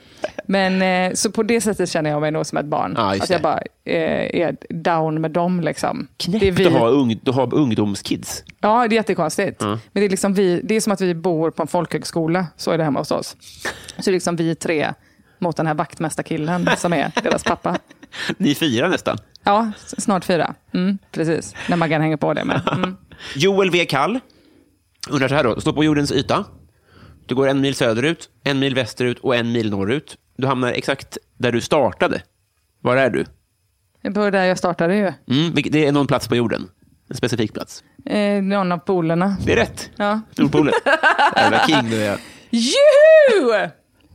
Men eh, så på det sättet känner jag mig nog som ett barn.
Ja, just
att jag
det.
bara eh, är down med dem. Liksom.
knäppt
det är vi.
att ha, ung, att ha ungdomskids.
Ja, det är jättekonstigt. Men det är, liksom vi, det är som att vi bor på en folkhögskola. Så är det hemma hos oss. Så det är liksom vi tre mot den här vaktmästarkillen som är deras pappa.
Ni är fyra nästan.
Ja, s- snart fyra. Mm, precis, när Maggan hänger på det med. Mm.
Joel V. Kall undrar så här då. Stå på jordens yta. Du går en mil söderut, en mil västerut och en mil norrut. Du hamnar exakt där du startade. Var är du?
Det var där jag startade ju.
Mm, vilket- det är någon plats på jorden. En specifik plats.
Eh, någon av polerna.
Det är rätt.
Ja.
Nordpolen. Jävla king du är.
Juhu!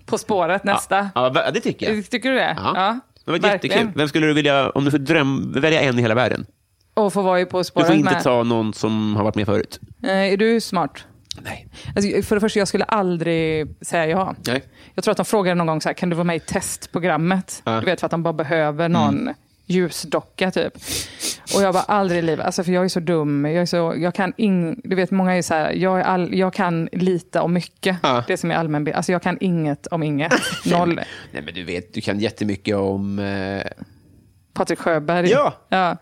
På spåret nästa.
Ja, va- det tycker jag.
Tycker du det?
Ja. Det var
verkligen.
jättekul. Vem skulle du vilja, om du får dröm, välja en i hela världen?
Och få vara ju På
Du
spåret
får inte
med.
ta någon som har varit med förut.
Eh, är du smart?
Nej.
Alltså, för det första, jag skulle aldrig säga ja.
Nej.
Jag tror att de frågade någon gång så här, kan du vara med i testprogrammet?
Ja. Mm.
Du vet, för att de bara behöver någon ljusdocka typ. Och jag bara, aldrig i livet. Alltså, för jag är så dum. Jag, är så, jag kan ing, du vet, många är så här, jag, är all, jag kan lite om mycket.
Ja.
Det som är allmän Alltså jag kan inget om inget. Noll.
Nej, men du vet, du kan jättemycket om... Eh,
Patrik Sjöberg.
Ja.
ja.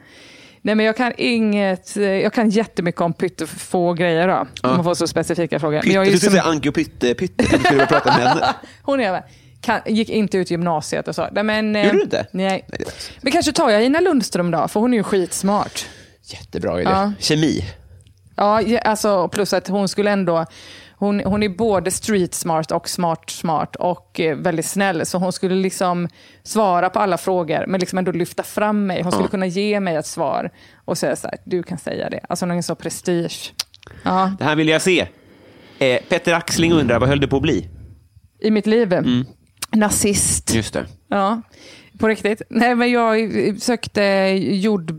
Nej, men jag kan inget. eh, Jag kan jättemycket om pyttefå grejer då. Om man får så specifika frågor. Men jag är ju
du
som-
skulle säga Anki och Pytte, Pytte. Du skulle prata med henne.
Hon är med. Kan, gick inte ut gymnasiet och så. Nej, men, eh,
Gjorde du inte?
Nej.
Nej, det var så.
men kanske tar jag Ina Lundström då, för hon är ju skitsmart.
Jättebra idé.
Ja.
Kemi.
Ja, ja, alltså, plus att hon skulle ändå... Hon, hon är både street smart och smart smart och eh, väldigt snäll. Så hon skulle liksom svara på alla frågor men liksom ändå lyfta fram mig. Hon skulle kunna ge mig ett svar och säga så här, du kan säga det. Alltså någon så prestige. Ja,
Det här vill jag se. Eh, Petter Axling undrar, vad höll du på att bli?
i mitt liv. Nazist.
Just det.
Ja, på riktigt. Nej, men jag sökte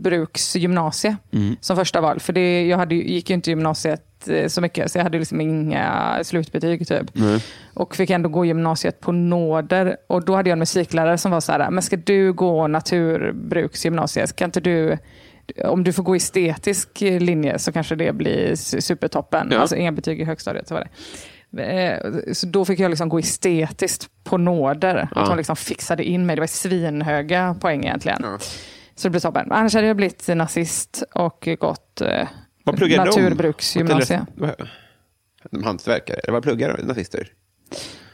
jordbruksgymnasie som första val. För det, jag hade, ju- gick ju inte gymnasiet eh, så mycket, så jag hade liksom inga slutbetyg. Typ. Och fick ändå gå gymnasiet på nåder. Och då hade jag en musiklärare som var så här, men ska du gå naturbruksgymnasiet? Ska inte du om du får gå estetisk linje så kanske det blir su- supertoppen.
Ja.
Alltså inga betyg i högstadiet. Så var det. Eh, Så då fick jag liksom gå estetiskt på nåder. Att hon liksom fixade in mig. Det var svinhöga poäng egentligen. Så det blev toppen. Annars hade jag blivit nazist och gått eh,
Vad pluggar
Naturbruksgymnasium.
de? Naturbruk- De hantverkare? Eller vad pluggar de, nazister?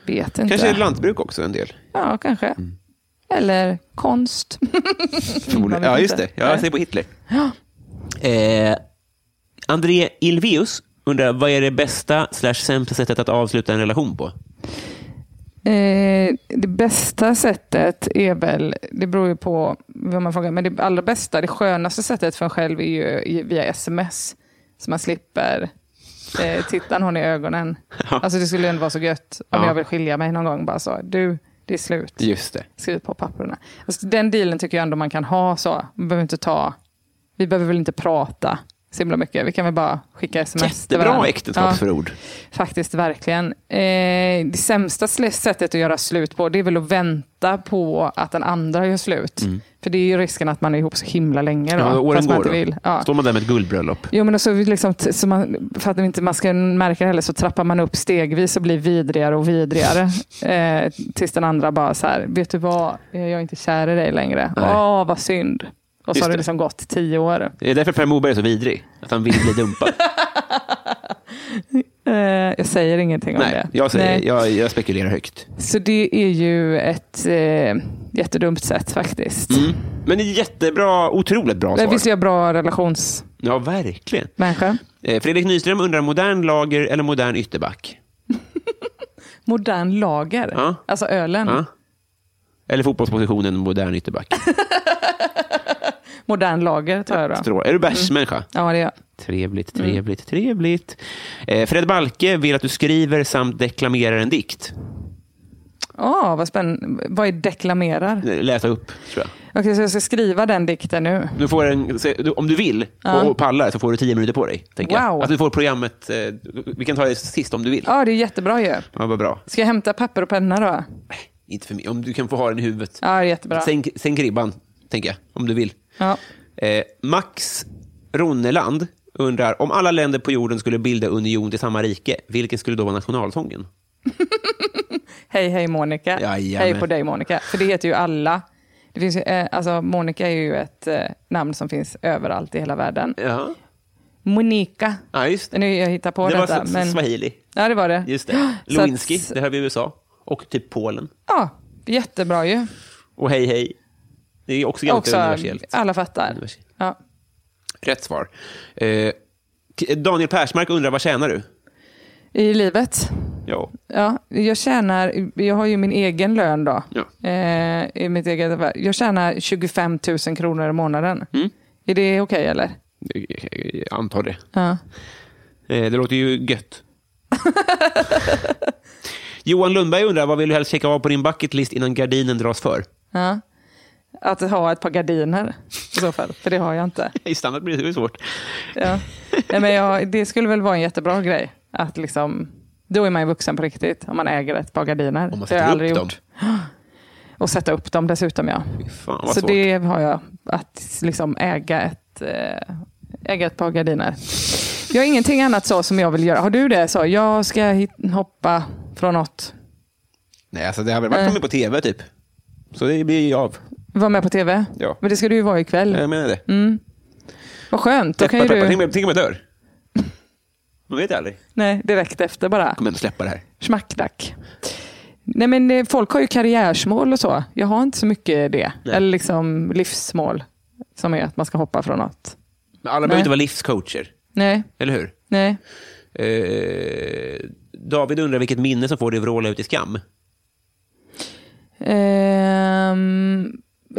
Vet inte. Mm,
Kanske Mm. lantbruk också en del?
Ja, kanske. Eller konst.
Förmodligen. Ja, just det. Ja, jag säger på Hitler. Eh, André Ilveus undrar, vad är det bästa slash sämsta sättet att avsluta en relation på?
Eh, det bästa sättet är väl, det beror ju på vad man frågar, men det allra bästa, det skönaste sättet för en själv är ju i- via sms. Så man slipper eh, titta någon i ögonen. Alltså det skulle ju ändå vara så gött om
Ja.
jag vill skilja mig någon gång. Bara så, du, det är slut.
Just det.
Skriv på papperna. Alltså, den dealen tycker jag ändå man kan ha så. Man behöver inte ta, vi behöver väl inte prata så himla mycket. Vi kan väl bara skicka sms till
Jättebra
varandra.
äktenskapsförord.
Faktiskt, verkligen. Eh, det sämsta sl- sättet att göra slut på, det är väl att vänta på att den andra gör slut. För det är ju risken att man är ihop så himla länge. Då,
Mm. Ja, åren
fast man
går
inte
då.
vill. Ja.
Står man där med ett guldbröllop?
Jo, men och så liksom, t- så man, för att inte man ska märka det heller så trappar man upp stegvis och blir vidrigare och vidrigare. Eh, tills den andra bara så här, vet du vad, Eh, jag är inte kär i dig längre.
Nej.
Åh, vad synd. Och så
Just
har det
det.
liksom gått tio år.
Det är därför Per Morberg är så vidrig. Att han vill bli dumpad.
Eh, jag säger ingenting om
Nej,
det.
jag, säger,
Nej.
jag, jag spekulerar högt.
Så det är ju ett eh, jättedumt sätt faktiskt.
Men det är jättebra, otroligt bra
Men
Mm. svar.
Visst är jag bra relationsmänniska?
Ja, verkligen. Eh, Fredrik Nyström undrar, modern lager eller modern ytterback?
Modern lager,
Ja.
alltså ölen.
Ja. Eller fotbollspositionen, modern ytterback.
Modern lager tar jag då.
Strå. Är du bärsmänniska?
Ja, det är
Mm.
jag.
Trevligt, trevligt, trevligt. Eh, Fred Balke vill att du skriver samt deklamerar en dikt.
Åh, vad spännande. Vad är deklamerar?
Eh, Läsa upp, tror jag.
Okej, så jag ska skriva den dikten nu.
Du får en, se- du- om du vill
Ja.
och, och pallar så får du tio minuter på dig. Tänker jag.
Wow.
Att du får programmet, eh, vi kan ta det sist om du vill.
Ja, det är jättebra ju.
Ja, vad bra.
Ska jag hämta papper och penna då?
Inte för mig. Om du kan få ha den i huvudet.
Ja, det är jättebra.
Sänk, sänk ribban, tänker jag, om du vill.
Ja.
Eh, Max Ronneland undrar, om alla länder på jorden skulle bilda union till samma rike, vilken skulle då vara nationalsången?
Hej, hej Monica.
Jajamän.
Hej på dig Monica. För det heter ju alla. Det finns ju, eh, alltså, Monica är ju ett eh, namn som finns överallt i hela världen.
Ja,
Monica.
ja just det.
Nu, jag hittar på
Det var
detta.
s- s- swahili.
Ja, det var det.
Just
Så
det.
att-
Lewinsky, det hör vi i USA. Och typ Polen.
Ja, jättebra ju.
Och hej hej. Det är också ganska
Också,
universellt.
alla fattar.
Universellt.
Ja.
Rätt svar. Eh, K- Daniel Persmark undrar, vad tjänar du?
I livet.
Ja.
Ja, jag tjänar, jag har ju min egen lön då.
Ja.
Eh, i mitt eget, affär. jag tjänar 25 000 kronor i månaden.
Mm.
Är det okej eller?
Jag antar det.
Ja.
Eh, Det låter ju gött. Johan Lundberg undrar, vad vill du helst checka av på din bucket list innan gardinen dras för?
Ja. Att ha ett par gardiner i så fall, för det har jag inte.
I standard blir det ju svårt.
Ja. Nej, men jag, det skulle väl vara en jättebra grej. Att liksom, då är man ju vuxen på riktigt om man äger ett par gardiner.
Om man
Det har jag
sätter upp
aldrig
dem.
Och sätta upp dem dessutom ja.
Fan, vad
Så
svårt.
det har jag, att liksom äga ett, eh, äga ett par gardiner. Jag har ingenting annat så som jag vill göra. Har du det? Så jag ska hit- hoppa från något.
Nej, alltså det har väl varit kommit på tv typ. Så det blir ju av.
Vara med på tv?
Ja. Eh,
Men det ska du ju vara ikväll.
Jag menar det.
Vad skönt. Mm. Då kan
Peppar, peppar.
ju
Tänk
du...
om jag- Tänk om jag dör. Man vet aldrig.
Nej, direkt efter bara.
Kommer ändå släppa det här.
Schmackdack. Nej, men eh, folk har ju karriärsmål och så. Jag har inte så mycket det.
Nej.
Eller liksom livsmål som är att man ska hoppa från något.
Men alla behöver
Nej.
inte vara livscoacher,
Nej,
eller hur?
nej.
Eh, David undrar vilket minne som får dig att vråla ut i skam.
Ehm,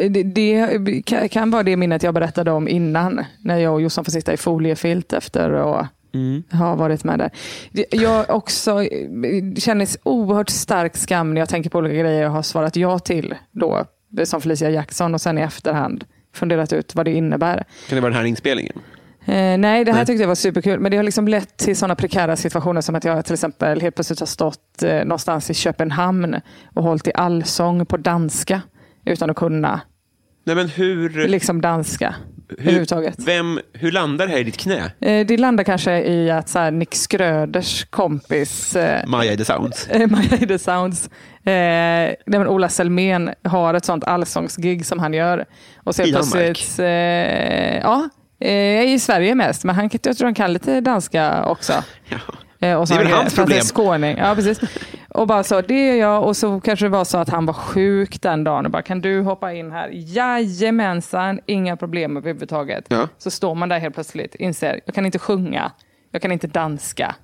det, det kan- kan vara det minnet jag berättade om innan. När jag och Jossan får sitta i foliefilt efter och ha varit med där. Det- Jag också eh, känner oerhört stark skam när jag tänker på olika grejer jag har svarat ja till. Då, som Felicia Jackson och sen i efterhand funderat ut vad det innebär.
Kan det vara den här inspelningen?
Eh, nej, det här tyckte jag var superkul. Men det har liksom lett till sådana prekära situationer som att jag till exempel helt plötsligt har stått eh, någonstans i Köpenhamn och hållit i allsång på danska utan att kunna
Nej, men hur...
liksom danska överhuvudtaget.
Vem, hur landar det här i ditt knä?
Eh, det landar kanske i att så här, Nick Skröders kompis eh,
Maja i The Sounds.
Eh, Maja i The Sounds. Eh, nej, men Ola Selmén har ett sånt allsångsgig som han gör. Och sen
I Danmark?
plötsligt, eh, ja, eh, i Sverige mest, men han, jag tror han kan lite danska också. Eh, Och så
Det är väl
har han-
hans
för att det är
problem.
Skåning. Ja, precis. Och bara så, det är jag. Och så kanske det var så att han var sjuk den dagen och bara, kan du hoppa in här? Jajamensan, inga problem överhuvudtaget.
Ja.
Så står man där helt plötsligt, inser, jag kan inte sjunga, jag kan inte danska.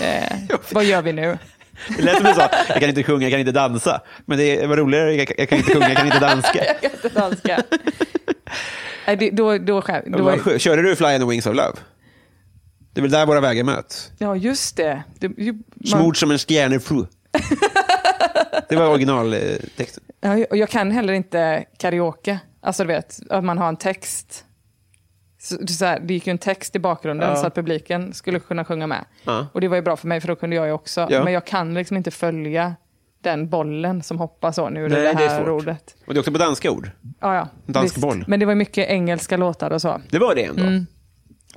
Eh, vad gör vi nu?
Det lät som du sa, jag kan inte sjunga, jag kan inte dansa. Men det var roligare, jag, jag kan inte sjunga, jag kan inte danska.
jag kan inte danska. Nej, det, då, då, skäm- då,
Vad sj- Körde du Fly and the Wings of Love? Det är väl där våra vägar möts?
ja, just det. det ju, man,
Smord som en stjärnefru. Det var eh, originaltexten.
ja, och jag kan heller inte karaoke. Alltså du vet, att man har en text. Så, det, är så här, det gick ju en text i bakgrunden så att publiken skulle kunna sjunga med.
Ja.
Och det var ju bra för mig för då kunde jag ju också.
Ja.
Men jag kan liksom inte följa den bollen som hoppar så. Nu är det
Nej,
det
det är
här
svårt.
ordet.
Och det är också på danska ord.
Ja, ja,
Dansk
visst.
boll.
Men det var mycket engelska låtar och så.
Det var det ändå.
Mm.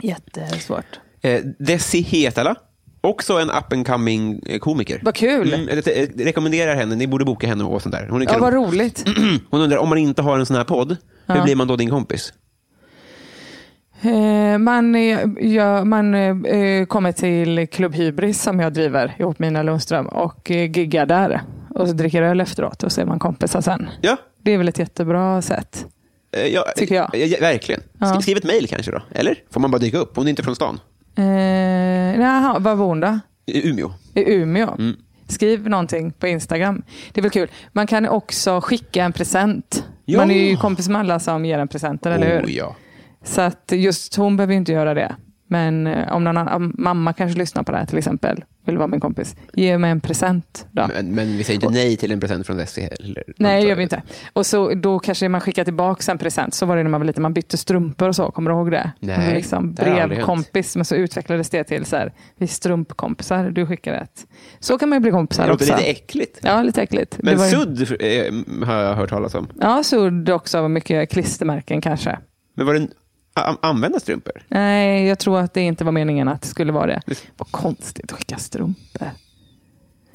Jättesvårt.
Eh, Desi Hetala, också en up and coming eh, komiker.
Vad kul.
Mm, jag eh, rekommenderar henne, ni borde boka henne och sånt där. Hon, är
Ja,
kanon.
vad roligt.
Hon undrar, om man inte har en sån här podd, hur
Ja.
blir man då din kompis?
Eh, Man, är- ja, man eh, eh, kommer till Klubb Hybris som jag driver ihop med Ina Lundström och eh, giggar där. Och så dricker öl efteråt och så är man kompisar sen.
Ja,
Det är väl ett jättebra sätt.
eh, ja
Tycker jag.
eh, ja, verkligen. Sk-
Ja.
Skriv ett mejl kanske då, eller? Får man bara dyka upp? Hon är inte från stan.
Eh, jaha, var bor hon då?
I Umeå.
I Umeå. Skriv någonting på Instagram. Det är väl kul. Man kan också skicka en present.
Ja.
Man är ju kompis med alla som ger en presenter, eller hur?
Oh, ja.
Så att just hon behöver ju inte göra det. Men eh, om någon annan, om mamma kanske lyssnar på det här till exempel, vill vara min kompis, ge mig en present då.
Men, men vi säger inte nej till en present från Desi heller.
Nej, det
antar
gör vi inte. Och så, då kanske man skickar tillbaka en present. Så var det när man var liten. Man bytte strumpor och så. Kommer du ihåg det?
Nej,
Man blev liksom
det har aldrig hänt.
brevkompis. Men så utvecklades det till så här, vi är strumpkompisar. Du skickar ett. Så kan man ju bli kompisar
Det låter
också.
lite äckligt.
Ja, lite äckligt. Det
Men
var ju-
sudd eh, har jag hört talas om.
Ja, sudd också. Mycket klistermärken kanske.
Men var det en, a- använda strumpor?
Nej, jag tror att det inte var meningen att det skulle vara det. Vad konstigt att skicka strumpor.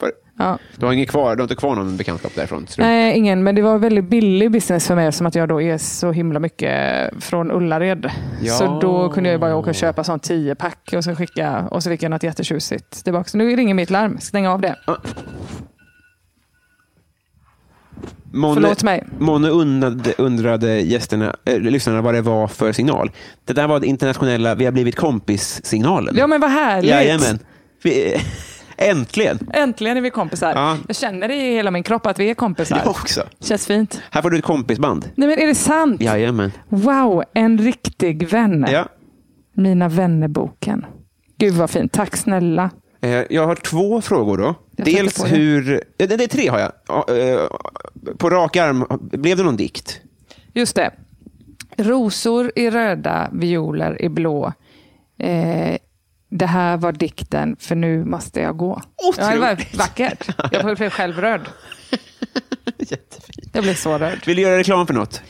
Var,
Ja.
du, har ingen kvar, du har inte kvar någon bekantskap därifrån? strumpor?
Nej, ingen. Men det var väldigt billig business för mig eftersom att jag då är så himla mycket från Ullared.
Ja.
Så då kunde jag ju bara åka och köpa sånt 10-pack och så skicka och så fick jag något jättetjusigt tillbaka. Så nu ringer mitt larm. Stäng av det.
Monne,
Förlåt mig.
Monne undrade, undrade gästerna, eh, lyssnarna vad det var för signal. Det där var det internationella vi har blivit kompis-signalen.
Ja, men vad härligt.
Jajamän. Vi, eh, äntligen.
Äntligen är vi kompisar.
Ja.
Jag känner det i hela min kropp att vi är kompisar.
Jag också.
Känns fint.
Här får du ett kompisband.
Nej, men är det sant?
Jajamän.
Wow, en riktig vän.
Ja.
Mina vännerboken. Gud vad fint. Tack snälla.
Eh, Jag har två frågor då.
Jag tänkte
Dels
på det.
hur... eh, Det det är tre har jag. Ja, eh, På rak arm, blev det någon dikt?
Just det. Rosor i röda, violer i blå. Eh, det här var dikten, för nu måste jag gå. Ja, det var vackert. Jag blev själv rörd.
Jättefint.
Jag blev så rörd.
Vill du göra reklam för något?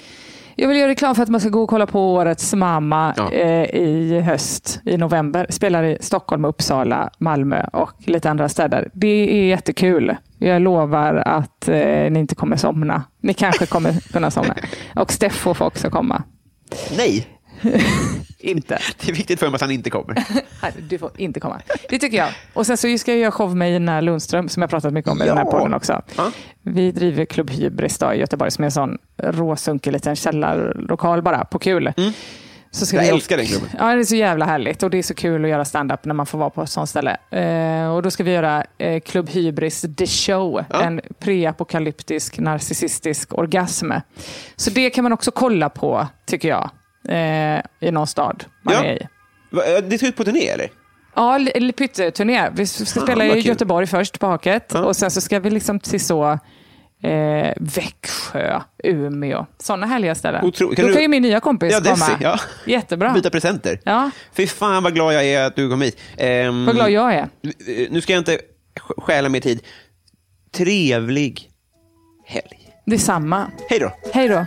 Jag vill göra reklam för att man ska gå och kolla på Årets mamma
Ja.
eh, i höst, i november. Spelar i Stockholm, Uppsala, Malmö och lite andra städer. Det är jättekul. Jag lovar att eh, ni inte kommer somna. Ni kanske kommer kunna somna. Och Steffo får också komma.
Nej.
Inte.
Det är viktigt för mig att han inte kommer.
Nej, Du får inte komma. Det tycker jag. Och sen så ska jag göra show med Ina Lundström som jag pratat mycket om i den här
Ja.
podden också.
Ja.
Vi driver Klubb Hybris då, i Göteborg som är en sån råsunkig liten källarlokal bara, på kul. Så ska
Mm. Jag
vi-
älskar den klubben.
Ja, det är så jävla härligt och det är så kul att göra stand-up när man får vara på ett sånt ställe. Eh, och då ska vi göra eh, Klubb Hybris The Show, en preapokalyptisk narcissistisk orgasm. Så det kan man också kolla på, tycker jag, eh, i någon stad man
Ja.
är i.
Va, eh, Det ska ut på turné eller?
Ja, li- li- pytteturné. Vi s- ska
Fan,
spela
Ah, vad
i
kul.
Göteborg först på Haket
Ja.
och sen så ska vi liksom till så eh, Växjö, Umeå. Sådana härliga ställen.
Otro- kan
Då
du-
kan ju min nya kompis
Ja, Desi,
komma.
ja.
Jättebra.
Byta presenter.
Ja.
Fy fan vad glad jag är att du kom hit. Ehm,
Vad glad jag är.
Eh, Nu ska jag inte sk- stjäla mer tid. Trevlig helg.
Detsamma.
Hej då.
Hej då.